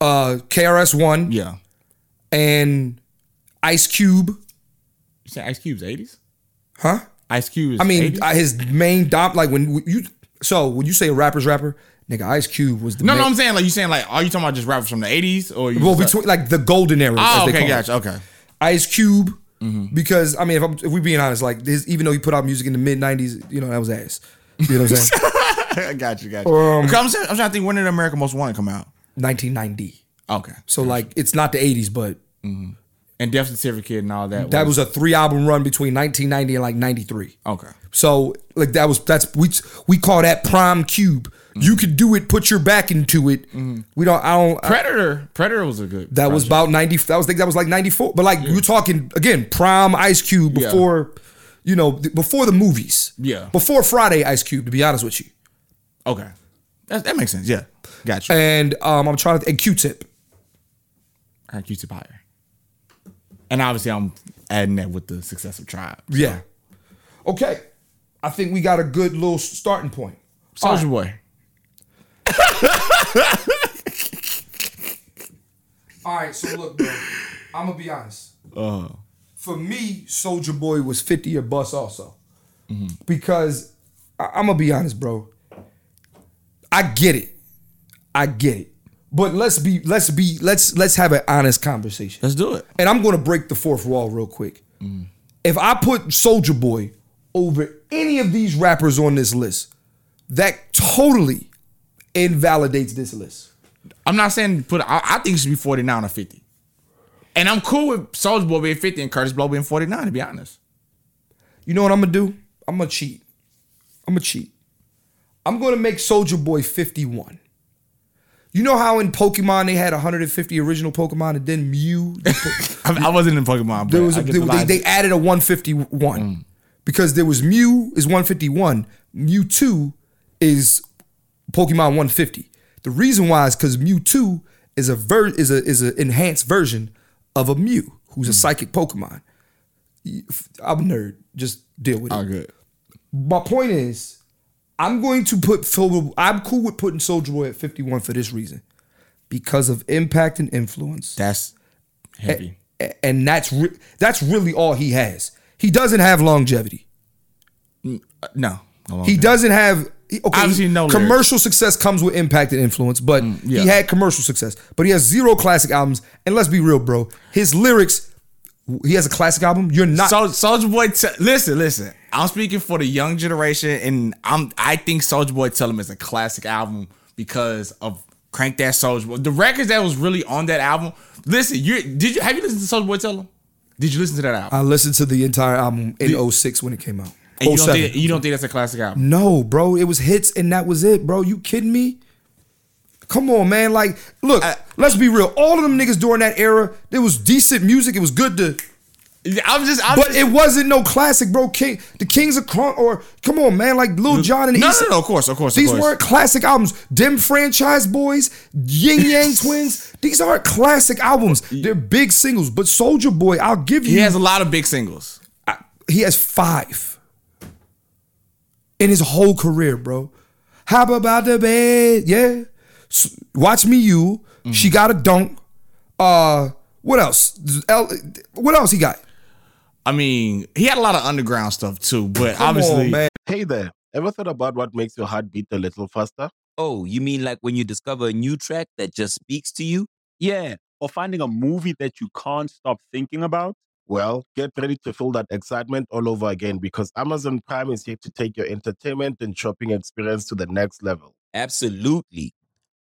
[SPEAKER 2] uh, KRS One,
[SPEAKER 3] Yeah.
[SPEAKER 2] and Ice Cube.
[SPEAKER 3] You said Ice Cube's 80s?
[SPEAKER 2] Huh?
[SPEAKER 3] Ice Cube is
[SPEAKER 2] I mean,
[SPEAKER 3] 80s?
[SPEAKER 2] uh, his main dom like when you so when you say a rapper's rapper, nigga, Ice Cube was the
[SPEAKER 3] no,
[SPEAKER 2] main,
[SPEAKER 3] no, I'm saying like you saying like are you talking about just rappers from the 80s or you
[SPEAKER 2] well
[SPEAKER 3] just-
[SPEAKER 2] between like the golden era.
[SPEAKER 3] Oh,
[SPEAKER 2] as they
[SPEAKER 3] okay,
[SPEAKER 2] call it.
[SPEAKER 3] gotcha. Okay.
[SPEAKER 2] Ice Cube.
[SPEAKER 3] Mm-hmm.
[SPEAKER 2] Because I mean, if, I'm, if we're being honest, like his, even though he put out music in the mid '90s, you know that was ass. You know what I'm saying?
[SPEAKER 3] I got you, got you.
[SPEAKER 2] Um,
[SPEAKER 3] Okay, I'm, saying, I'm trying to think when did America Most Wanted come out?
[SPEAKER 2] 1990.
[SPEAKER 3] Okay.
[SPEAKER 2] So like, it's not the '80s, but
[SPEAKER 3] And Death Certificate and all that.
[SPEAKER 2] that was a three album run between 1990 and like '93.
[SPEAKER 3] okay.
[SPEAKER 2] So like that was that's we we call that prime cube.
[SPEAKER 3] Mm-hmm.
[SPEAKER 2] You could do it, put your back into it. We don't. I don't. I-
[SPEAKER 3] Predator. Predator was a good.
[SPEAKER 2] that was about ninety. That was I think that was like ninety four. But like you're talking again, prime Ice Cube
[SPEAKER 3] Yeah.
[SPEAKER 2] before, you know, th- before the movies.
[SPEAKER 3] Yeah.
[SPEAKER 2] Before Friday Ice Cube, to be honest with you.
[SPEAKER 3] okay. That, that makes sense. Yeah. Gotcha.
[SPEAKER 2] And um, I'm trying to and Q-Tip.
[SPEAKER 3] I had Q-Tip higher. And obviously, I'm adding that with the success of Tribe.
[SPEAKER 2] Yeah. Okay, I think we got a good little starting point.
[SPEAKER 3] Soldier Boy.
[SPEAKER 2] All right, so look, bro, I'm gonna be honest. For me, Soldier Boy was 50 or bust also, because I- I'm gonna be honest, bro. I get it, I get it, but let's be let's be let's let's have an honest conversation.
[SPEAKER 3] Let's do it.
[SPEAKER 2] And I'm gonna break the fourth wall real quick. If I put Soldier Boy over any of these rappers on this list, that totally invalidates this list.
[SPEAKER 3] I'm not saying put. I, I think it should be 49 or 50. And I'm cool with Soldier Boy being 50 and Curtis Blow being 49. To be honest,
[SPEAKER 2] You know what I'm gonna do? I'm gonna cheat. I'm gonna cheat. I'm gonna make Soldier Boy 51. You know how in Pokemon they had 150 original Pokemon and then Mew?
[SPEAKER 3] I, I wasn't in Pokemon. But
[SPEAKER 2] There was
[SPEAKER 3] I
[SPEAKER 2] a,
[SPEAKER 3] get
[SPEAKER 2] they,
[SPEAKER 3] the logic. Mm.
[SPEAKER 2] they added a 151 because there was Mew is 151, Mewtwo is Pokemon 150. The reason why is because Mewtwo is a ver- is a is an enhanced version of a Mew who's
[SPEAKER 3] Mm.
[SPEAKER 2] a psychic Pokemon. I'm a nerd. Just deal with it
[SPEAKER 3] All good.
[SPEAKER 2] my point is, I'm going to put Phil. I'm cool with putting Soldier Boy at 51 for this reason, because of impact and influence,
[SPEAKER 3] That's heavy.
[SPEAKER 2] A- And that's re- that's really all he has. He doesn't have longevity.
[SPEAKER 3] Uh, no. Along
[SPEAKER 2] He
[SPEAKER 3] that.
[SPEAKER 2] doesn't have he- okay.
[SPEAKER 3] Obviously,
[SPEAKER 2] he-
[SPEAKER 3] no lyrics. Mm,
[SPEAKER 2] commercial success comes with impact and influence, but
[SPEAKER 3] yeah.
[SPEAKER 2] he had commercial success. But he has zero classic albums. And let's be real, bro. His lyrics. He has a classic album. You're not.
[SPEAKER 3] Sol- Soldier Boy, te- listen, listen. I'm speaking for the young generation, and I'm I think Soldier Boy Tell 'Em is a classic album because of Crank That Soldier Boy. The records that was really on that album. Listen, you did you have you listened to Soldier Boy Tell 'Em? Did you listen to that album?
[SPEAKER 2] I listened to the entire album in 06 when it came out.
[SPEAKER 3] and you don't,
[SPEAKER 2] 07.
[SPEAKER 3] think, you don't think that's a classic album?
[SPEAKER 2] No, bro, it was hits and that was it, bro. You kidding me? Come on, man. Like, look, let's be real. All of them niggas during that era, it was decent music. It was good to,
[SPEAKER 3] I'm just, I'm
[SPEAKER 2] but
[SPEAKER 3] just,
[SPEAKER 2] it wasn't no classic, bro. King, the Kings of Crunk, or come on, man, like Lil Jon and the
[SPEAKER 3] no,
[SPEAKER 2] East-
[SPEAKER 3] no, no, of course, of course, of
[SPEAKER 2] These
[SPEAKER 3] course.
[SPEAKER 2] weren't classic albums. Them franchise boys, Yin Yang Twins. These aren't classic albums. They're big singles. But Soldier Boy, I'll give you.
[SPEAKER 3] he has a lot of big singles.
[SPEAKER 2] He has five in his whole career, bro. Hop about the bed, yeah. S- Watch me, you.
[SPEAKER 3] Mm.
[SPEAKER 2] She got a dunk. Uh, what else? L- what else he got?
[SPEAKER 3] I mean, he had a lot of underground stuff too, but
[SPEAKER 2] Come
[SPEAKER 3] obviously,
[SPEAKER 2] on, man.
[SPEAKER 5] Hey there, ever thought about what makes your heart beat a little faster?
[SPEAKER 6] Oh, you mean like when you discover a new track that just speaks to you?
[SPEAKER 7] Yeah, or finding a movie that you can't stop thinking about.
[SPEAKER 5] Well, get ready to feel that excitement all over again because Amazon Prime is here to take your entertainment and shopping experience to the next level.
[SPEAKER 6] Absolutely.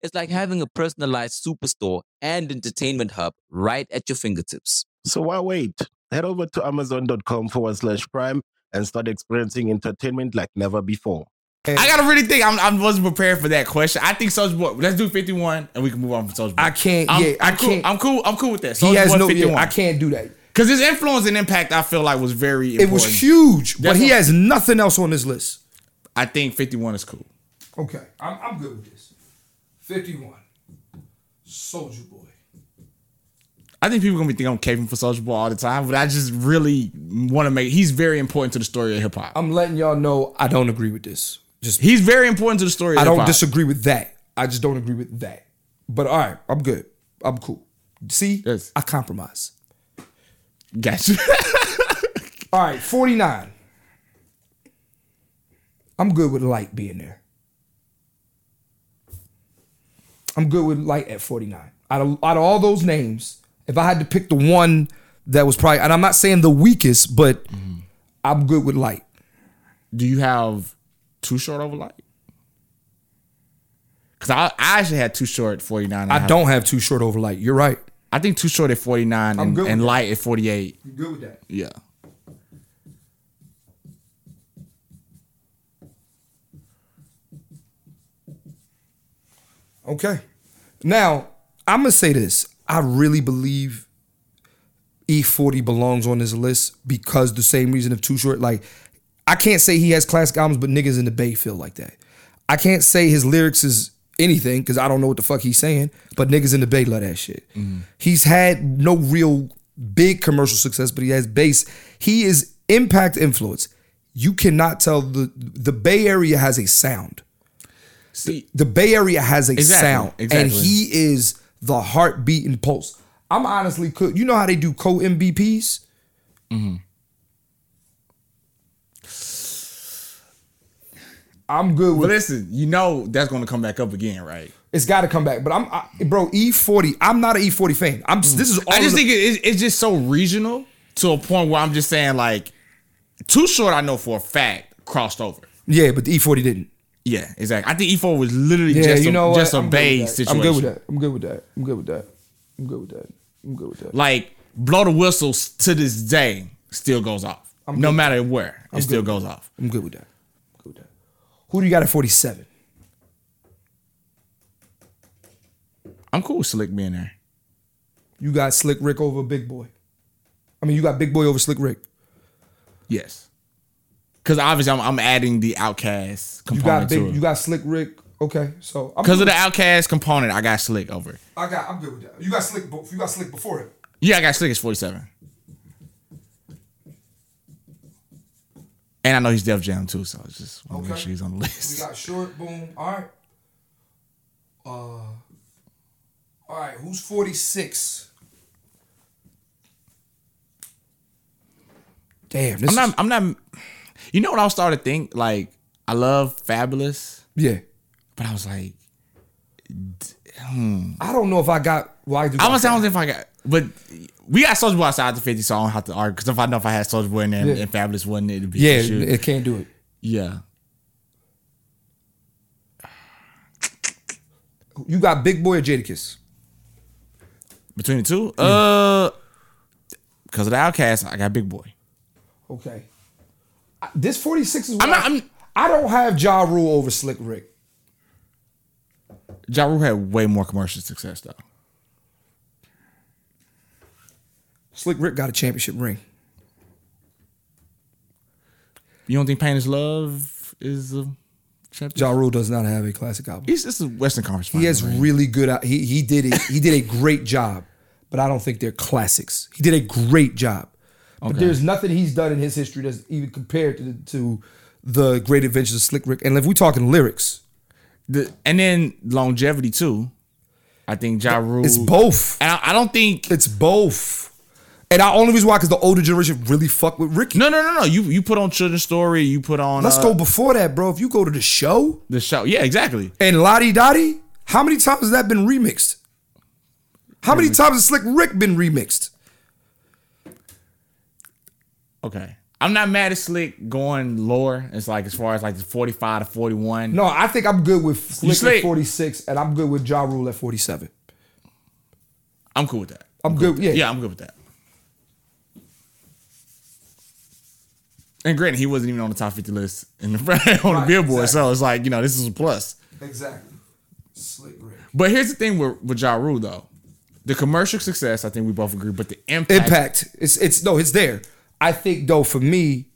[SPEAKER 6] It's like having a personalized superstore and entertainment hub right at your fingertips.
[SPEAKER 5] So why wait? Head over to amazon.com forward slash prime and start experiencing entertainment like never before.
[SPEAKER 3] I gotta really think. I'm, I wasn't prepared for that question. I think Soldier Boy. Let's do 51, and we can move on from Soldier Boy.
[SPEAKER 2] I can't.
[SPEAKER 3] I'm,
[SPEAKER 2] yeah, I
[SPEAKER 3] I'm cool,
[SPEAKER 2] can't.
[SPEAKER 3] I'm cool. I'm cool with that.
[SPEAKER 2] he
[SPEAKER 3] Soulja
[SPEAKER 2] has
[SPEAKER 3] Boy
[SPEAKER 2] no. yeah,
[SPEAKER 3] 51.
[SPEAKER 2] I can't do that.
[SPEAKER 3] Because his influence and impact, I feel like, was very important.
[SPEAKER 2] It was huge, but
[SPEAKER 3] That's
[SPEAKER 2] he
[SPEAKER 3] what-
[SPEAKER 2] has nothing else on this list.
[SPEAKER 3] I think 51 is cool.
[SPEAKER 2] Okay, I'm, I'm good with this. Fifty-one, Soldier Boy.
[SPEAKER 3] I think people gonna be thinking I'm caping for Soulja Boy all the time, but I just really want to make. He's very important to the story of hip hop.
[SPEAKER 2] I'm letting y'all know I don't agree with this. Just
[SPEAKER 3] He's very important to the story. Of
[SPEAKER 2] I don't
[SPEAKER 3] hip-hop.
[SPEAKER 2] disagree with that. I just don't agree with that. But all right, I'm good. I'm cool. See,
[SPEAKER 3] Yes.
[SPEAKER 2] I compromise.
[SPEAKER 3] Gotcha.
[SPEAKER 2] All right, 49. I'm good with light being there. I'm good with light at 49. Out of, out of all those names, if I had to pick the one that was probably, and I'm not saying the weakest, but I'm good with light.
[SPEAKER 3] Do you have too short over light? Because I, I actually had too short 49.
[SPEAKER 2] I don't have too short over light. You're right.
[SPEAKER 3] I think too short at 49 and,
[SPEAKER 2] good with
[SPEAKER 3] and
[SPEAKER 2] that.
[SPEAKER 3] light at 48.
[SPEAKER 2] You're good with that.
[SPEAKER 3] Yeah.
[SPEAKER 2] Okay. Now, I'm going to say this. I really believe E40 belongs on this list because the same reason of Too Short. Like, I can't say he has classic albums, but niggas in the Bay feel like that. I can't say his lyrics is anything because I don't know what the fuck he's saying, but niggas in the Bay love that shit. He's had no real big commercial success, but he has base. He is impact influence. You cannot tell the the Bay Area has a sound
[SPEAKER 3] See,
[SPEAKER 2] the Bay Area has a
[SPEAKER 3] Exactly,
[SPEAKER 2] sound, and
[SPEAKER 3] exactly.
[SPEAKER 2] he is the heartbeat and pulse. I'm honestly could you know how they do co MVPs? Mm-hmm. I'm good
[SPEAKER 3] but
[SPEAKER 2] with it.
[SPEAKER 3] listen, you know that's going to come back up again, right?
[SPEAKER 2] It's got to come back, but I'm I, bro E40. I'm not an E40 fan. I'm this is all
[SPEAKER 3] Mm. I just
[SPEAKER 2] of the-
[SPEAKER 3] think it, it, it's just so regional to a point where I'm just saying, like, too short, I know for a fact, crossed over.
[SPEAKER 2] yeah, but the E40 didn't.
[SPEAKER 3] Yeah, exactly. I think E4 was literally
[SPEAKER 2] Yeah,
[SPEAKER 3] just,
[SPEAKER 2] you
[SPEAKER 3] a,
[SPEAKER 2] know what?
[SPEAKER 3] just a
[SPEAKER 2] I'm good with
[SPEAKER 3] bay
[SPEAKER 2] that.
[SPEAKER 3] situation.
[SPEAKER 2] I'm good with that. I'm good with that. I'm good with that. I'm good with that. I'm good with that.
[SPEAKER 3] Like, blow the whistles to this day still goes off. no matter where, it still goes off.
[SPEAKER 2] I'm good with that. I'm good with that. Who do you got at 47?
[SPEAKER 3] I'm cool with Slick being there.
[SPEAKER 2] You got Slick Rick over Big Boy. I mean, you got Big Boy over Slick Rick.
[SPEAKER 3] Yes. Because obviously I'm, I'm adding the outcast
[SPEAKER 2] You got
[SPEAKER 3] component
[SPEAKER 2] Big.
[SPEAKER 3] to it.
[SPEAKER 2] You got Slick Rick. Okay, so I'm
[SPEAKER 3] because of
[SPEAKER 2] good
[SPEAKER 3] the
[SPEAKER 2] with-
[SPEAKER 3] outcast component, I got slick over. it.
[SPEAKER 2] I got. I'm good with that. You got Slick. bo- You got Slick before him.
[SPEAKER 3] Yeah, I got slick as 47. And I know he's Def Jam too, so I just want to make
[SPEAKER 2] Okay.
[SPEAKER 3] sure he's on the
[SPEAKER 2] We
[SPEAKER 3] list.
[SPEAKER 2] got short, boom. All right. Uh, all right. Who's forty six? Damn. This
[SPEAKER 3] I'm
[SPEAKER 2] is-
[SPEAKER 3] not. I'm not. You know what I was starting to think? Like I love Fabulous,
[SPEAKER 2] yeah.
[SPEAKER 3] but I was like,
[SPEAKER 2] I don't know if I got. Why do
[SPEAKER 3] I was I don't know if I got, but we got Soldier Boy outside the 50, so I don't have to argue. Because if I know if I had Soldier Boy in there
[SPEAKER 2] Yeah.
[SPEAKER 3] and Fabulous wasn't, it'd be
[SPEAKER 2] Yeah,
[SPEAKER 3] for sure.
[SPEAKER 2] it can't do it.
[SPEAKER 3] yeah.
[SPEAKER 2] You got Big Boy or Jadakiss?
[SPEAKER 3] Between the two, uh, because of the Outcast, I got Big Boy.
[SPEAKER 2] Okay. I- This 46 is.
[SPEAKER 3] I'm
[SPEAKER 2] why
[SPEAKER 3] not. I'm.
[SPEAKER 2] I don't have Ja Rule over Slick Rick.
[SPEAKER 3] Ja Rule had way more commercial success though.
[SPEAKER 2] Slick Rick got a championship ring.
[SPEAKER 3] You don't think Pain is Love is a chapter?
[SPEAKER 2] Ja Rule does not have a classic album.
[SPEAKER 3] He's this is Western Conference.
[SPEAKER 2] He has
[SPEAKER 3] Finals, right?
[SPEAKER 2] really good. He he did it. He did a great job, but I don't think they're classics. He did a great job, but there's nothing he's done in his history that's even compared to the, to the Great Adventures of Slick Rick. And if we're talking lyrics,
[SPEAKER 3] The- and then longevity too. I think Ja Rule.
[SPEAKER 2] it's both.
[SPEAKER 3] And I, I don't think
[SPEAKER 2] It's both. And the only reason why because the older generation really fuck with Ricky.
[SPEAKER 3] No, no, no, no. You you put on Children's Story. You put on
[SPEAKER 2] Let's
[SPEAKER 3] uh,
[SPEAKER 2] go before that, bro. If you go to the show
[SPEAKER 3] the show. Yeah, exactly.
[SPEAKER 2] and Lottie Dottie, how many times has that been remixed? How many times has Slick Rick been remixed?
[SPEAKER 3] Okay. I'm not mad at Slick going lower. It's like as far as like the 45 to 41.
[SPEAKER 2] No, I think I'm good with Slick,
[SPEAKER 3] slick.
[SPEAKER 2] at 46, and I'm good with Ja Rule at 47.
[SPEAKER 3] I'm cool with that.
[SPEAKER 2] I'm good. Yeah.
[SPEAKER 3] Yeah, I'm good with that. And granted, he wasn't even on the top 50 list in the on the
[SPEAKER 2] Right,
[SPEAKER 3] Billboard,
[SPEAKER 2] exactly.
[SPEAKER 3] so it's like you know this is a plus.
[SPEAKER 2] Exactly. Slick Rick.
[SPEAKER 3] But here's the thing with with Ja Rule though, the commercial success I think we both agree, but the impact,
[SPEAKER 2] Impact. It's it's no, it's there. I think though for me,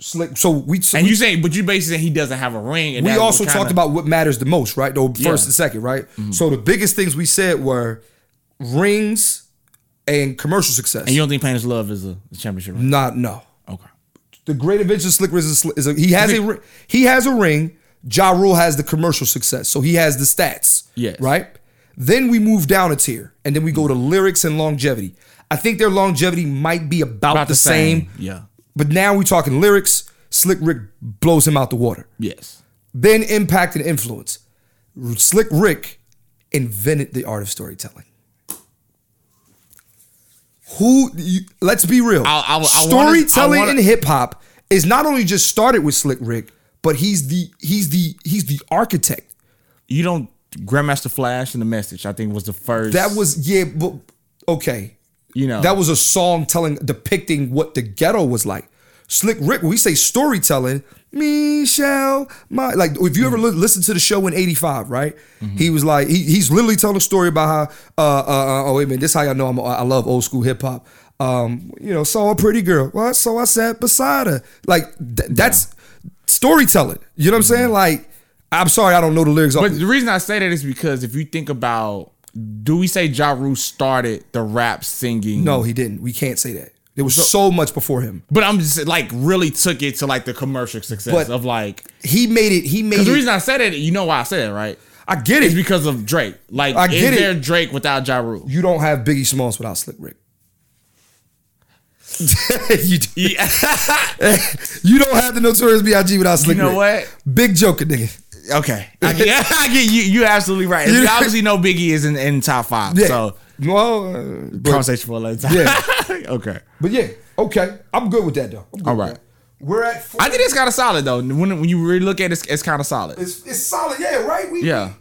[SPEAKER 2] Slick. So we so
[SPEAKER 3] and
[SPEAKER 2] we,
[SPEAKER 3] you say, but you basically saying he doesn't have a ring. And
[SPEAKER 2] we
[SPEAKER 3] that's what
[SPEAKER 2] also
[SPEAKER 3] kinda-
[SPEAKER 2] talked about what matters the most, right? Though first
[SPEAKER 3] Yeah. Mm-hmm.
[SPEAKER 2] and second, right? So the biggest things we said were rings and commercial success.
[SPEAKER 3] And you don't think Pain's Love is a, a championship? Ring?
[SPEAKER 2] Not no.
[SPEAKER 3] Okay.
[SPEAKER 2] The Great Adventures of Slick Rick is a, is a he has a ri- he has a ring. Ja Rule has the commercial success, so he has the stats.
[SPEAKER 3] Yes.
[SPEAKER 2] Right. Then we move down a tier, and then we go to lyrics and longevity. I think their longevity might be about, the, same,
[SPEAKER 3] Yeah.
[SPEAKER 2] but now we're talking lyrics. Slick Rick blows him out the water.
[SPEAKER 3] Yes.
[SPEAKER 2] Then impact and influence. R- Slick Rick invented the art of storytelling. Who? You, let's be real.
[SPEAKER 3] I- I- I wanna- I
[SPEAKER 2] storytelling
[SPEAKER 3] wanna-
[SPEAKER 2] in hip hop is not only just started with Slick Rick, but he's the he's the he's the architect.
[SPEAKER 3] You don't Grandmaster Flash and the Message. I think was the first.
[SPEAKER 2] That was yeah, but okay.
[SPEAKER 3] you know
[SPEAKER 2] That was a song telling depicting what the ghetto was like. Slick Rick, when we say storytelling, Michelle, my like if you ever li- listen to the show in '85, right?
[SPEAKER 3] Mm-hmm.
[SPEAKER 2] He was like he, he's literally telling a story about how uh, uh, uh, oh wait a minute, this is how y'all know I'm, I love old school hip hop. Um, you know, saw a pretty girl, what? So I sat beside her. Like th- that's storytelling. You know what I'm saying? Like I'm sorry, I don't know the lyrics. off-
[SPEAKER 3] Mm-hmm. But the reason I say that is because if you think about, do we say Ja Rule started the rap singing?
[SPEAKER 2] no, he didn't. We can't say that. There was so much before him.
[SPEAKER 3] But I'm just like really took it to like the commercial success
[SPEAKER 2] But-
[SPEAKER 3] of like.
[SPEAKER 2] He made it. He made
[SPEAKER 3] Because the
[SPEAKER 2] it.
[SPEAKER 3] reason I said it, you know why I said it, right?
[SPEAKER 2] I get it.
[SPEAKER 3] It's because of Drake. Like,
[SPEAKER 2] I
[SPEAKER 3] is
[SPEAKER 2] get it.
[SPEAKER 3] there Drake without Ja Rule?
[SPEAKER 2] you don't have Biggie Smalls without Slick Rick. you, do.
[SPEAKER 3] Yeah.
[SPEAKER 2] you don't have the Notorious B.I.G. without Slick Rick.
[SPEAKER 3] know what?
[SPEAKER 2] Big Joker, nigga.
[SPEAKER 3] okay. I get, I get you. You're absolutely right.
[SPEAKER 2] You-
[SPEAKER 3] We obviously know Biggie is in, in top five.
[SPEAKER 2] Yeah.
[SPEAKER 3] So,
[SPEAKER 2] well, uh, but,
[SPEAKER 3] conversation for a later time.
[SPEAKER 2] Yeah.
[SPEAKER 3] okay.
[SPEAKER 2] but yeah, okay. I'm good with that though. I'm good
[SPEAKER 3] All
[SPEAKER 2] with
[SPEAKER 3] right.
[SPEAKER 2] that. We're at. Four.
[SPEAKER 3] I think it's kind of solid though. When, when you really look at it, it's, it's kind of solid.
[SPEAKER 2] it's, it's solid. Yeah, right. We,
[SPEAKER 3] yeah.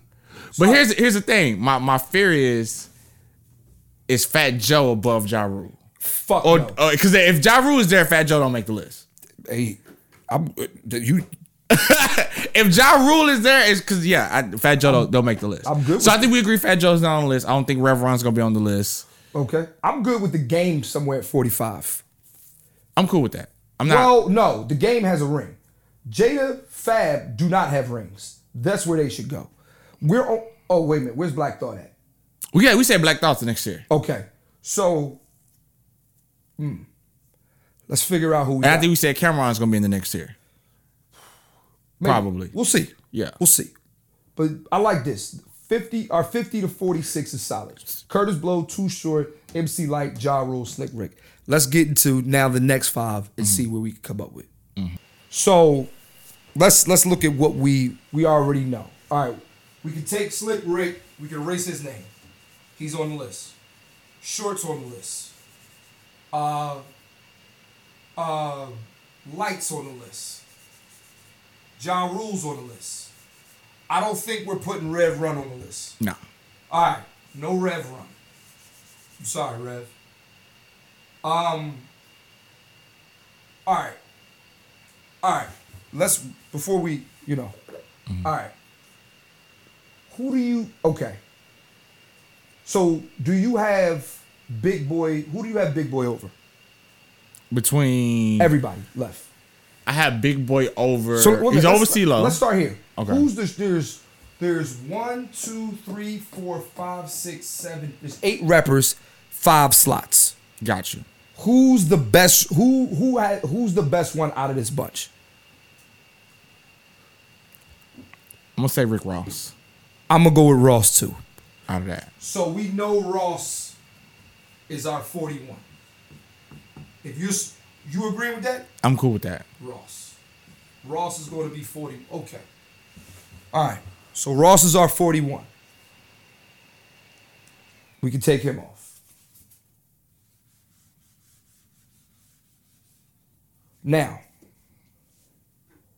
[SPEAKER 3] But here's here's the thing. My my fear is is Fat Joe above Ja Rule.
[SPEAKER 2] Fuck.
[SPEAKER 3] Or
[SPEAKER 2] no.
[SPEAKER 3] because if Ja Rule is there, Fat Joe don't make the list.
[SPEAKER 2] hey, I'm uh, you.
[SPEAKER 3] If Ja Rule is there, it's because yeah, I, Fat Joe don't, don't make the list.
[SPEAKER 2] I'm good
[SPEAKER 3] So
[SPEAKER 2] with
[SPEAKER 3] I think we agree Fat Joe's not on the list. I don't think Reverend's gonna be on the list.
[SPEAKER 2] Okay. I'm good with the game somewhere at 45.
[SPEAKER 3] I'm cool with that. I'm not.
[SPEAKER 2] Well, no, the game has a ring. Jada, Fab do not have rings. That's where they should go. We're on, oh wait a minute, where's Black Thought at?
[SPEAKER 3] we got. We said Black Thoughts next year.
[SPEAKER 2] Okay, so hmm, let's figure out who we.
[SPEAKER 3] And I
[SPEAKER 2] got.
[SPEAKER 3] think we said Cameron's gonna be in the next year.
[SPEAKER 2] Maybe.
[SPEAKER 3] probably.
[SPEAKER 2] we'll see.
[SPEAKER 3] Yeah.
[SPEAKER 2] we'll see. But I like this. Fifty or fifty to forty-six is solid. Curtis Blow, Too Short, MC Light, Ja Rule, Slick Rick. Let's get into now the next five and
[SPEAKER 3] Mm-hmm.
[SPEAKER 2] see what we can come up with. So let's let's look at what we we already know. All right, we can take Slick Rick. We can erase his name. He's on the list. Shorts on the list. Uh, uh, lights on the list. John Rules on the list. I don't think we're putting Rev Run on the list.
[SPEAKER 3] No.
[SPEAKER 2] All right, no Rev Run. I'm sorry, Rev. Um. All right. All right. Let's before we, you know. All right. Who do you? Okay. So do you have Big Boy? Who do you have Big Boy over?
[SPEAKER 3] Between
[SPEAKER 2] Everybody left.
[SPEAKER 3] I have Big Boy over.
[SPEAKER 2] So well,
[SPEAKER 3] he's
[SPEAKER 2] let's-
[SPEAKER 3] over CeeLo.
[SPEAKER 2] Let's start here.
[SPEAKER 3] Okay.
[SPEAKER 2] Who's this? There's there's one, two, three, four, five, six, seven. There's eight rappers, five slots.
[SPEAKER 3] Got you.
[SPEAKER 2] Who's the best? Who who had, who's the best one out of this bunch?
[SPEAKER 3] I'm gonna say Rick Ross
[SPEAKER 2] I'm gonna go with Ross too.
[SPEAKER 3] out of that.
[SPEAKER 2] So we know Ross is our 41. If you s- you agree with that,
[SPEAKER 3] I'm cool with that.
[SPEAKER 2] Ross. Ross is going to be 40. Okay. All right. So Ross is our 41. We can take him off. Now,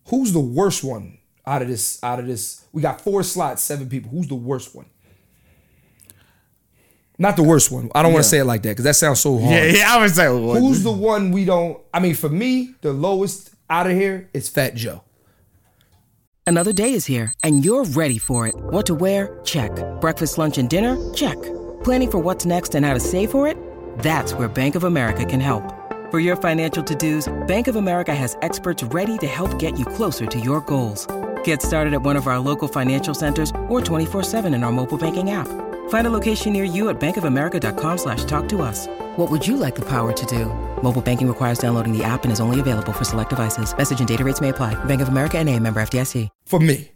[SPEAKER 2] who's the worst one out of this? Out of this, we got four slots, seven people. Who's the worst one? Not the worst one. I don't want to say it like that because that sounds so hard.
[SPEAKER 3] Yeah, yeah. I would say
[SPEAKER 2] Who's the one we don't? I mean, for me, the lowest out of here is Fat Joe.
[SPEAKER 8] Another day is here, and you're ready for it. What to wear? Check. Breakfast, lunch, and dinner? Check. Planning for what's next and how to save for it? That's where Bank of America can help. For your financial to-dos, Bank of America has experts ready to help get you closer to your goals. Get started at one of our local financial centers or 24-7 in our mobile banking app. Find a location near you at bankofamerica.com slash talk to us. What would you like the power to do? Mobile banking requires downloading the app and is only available for select devices. Message and data rates may apply. Bank of America and a member FDIC.
[SPEAKER 2] For me,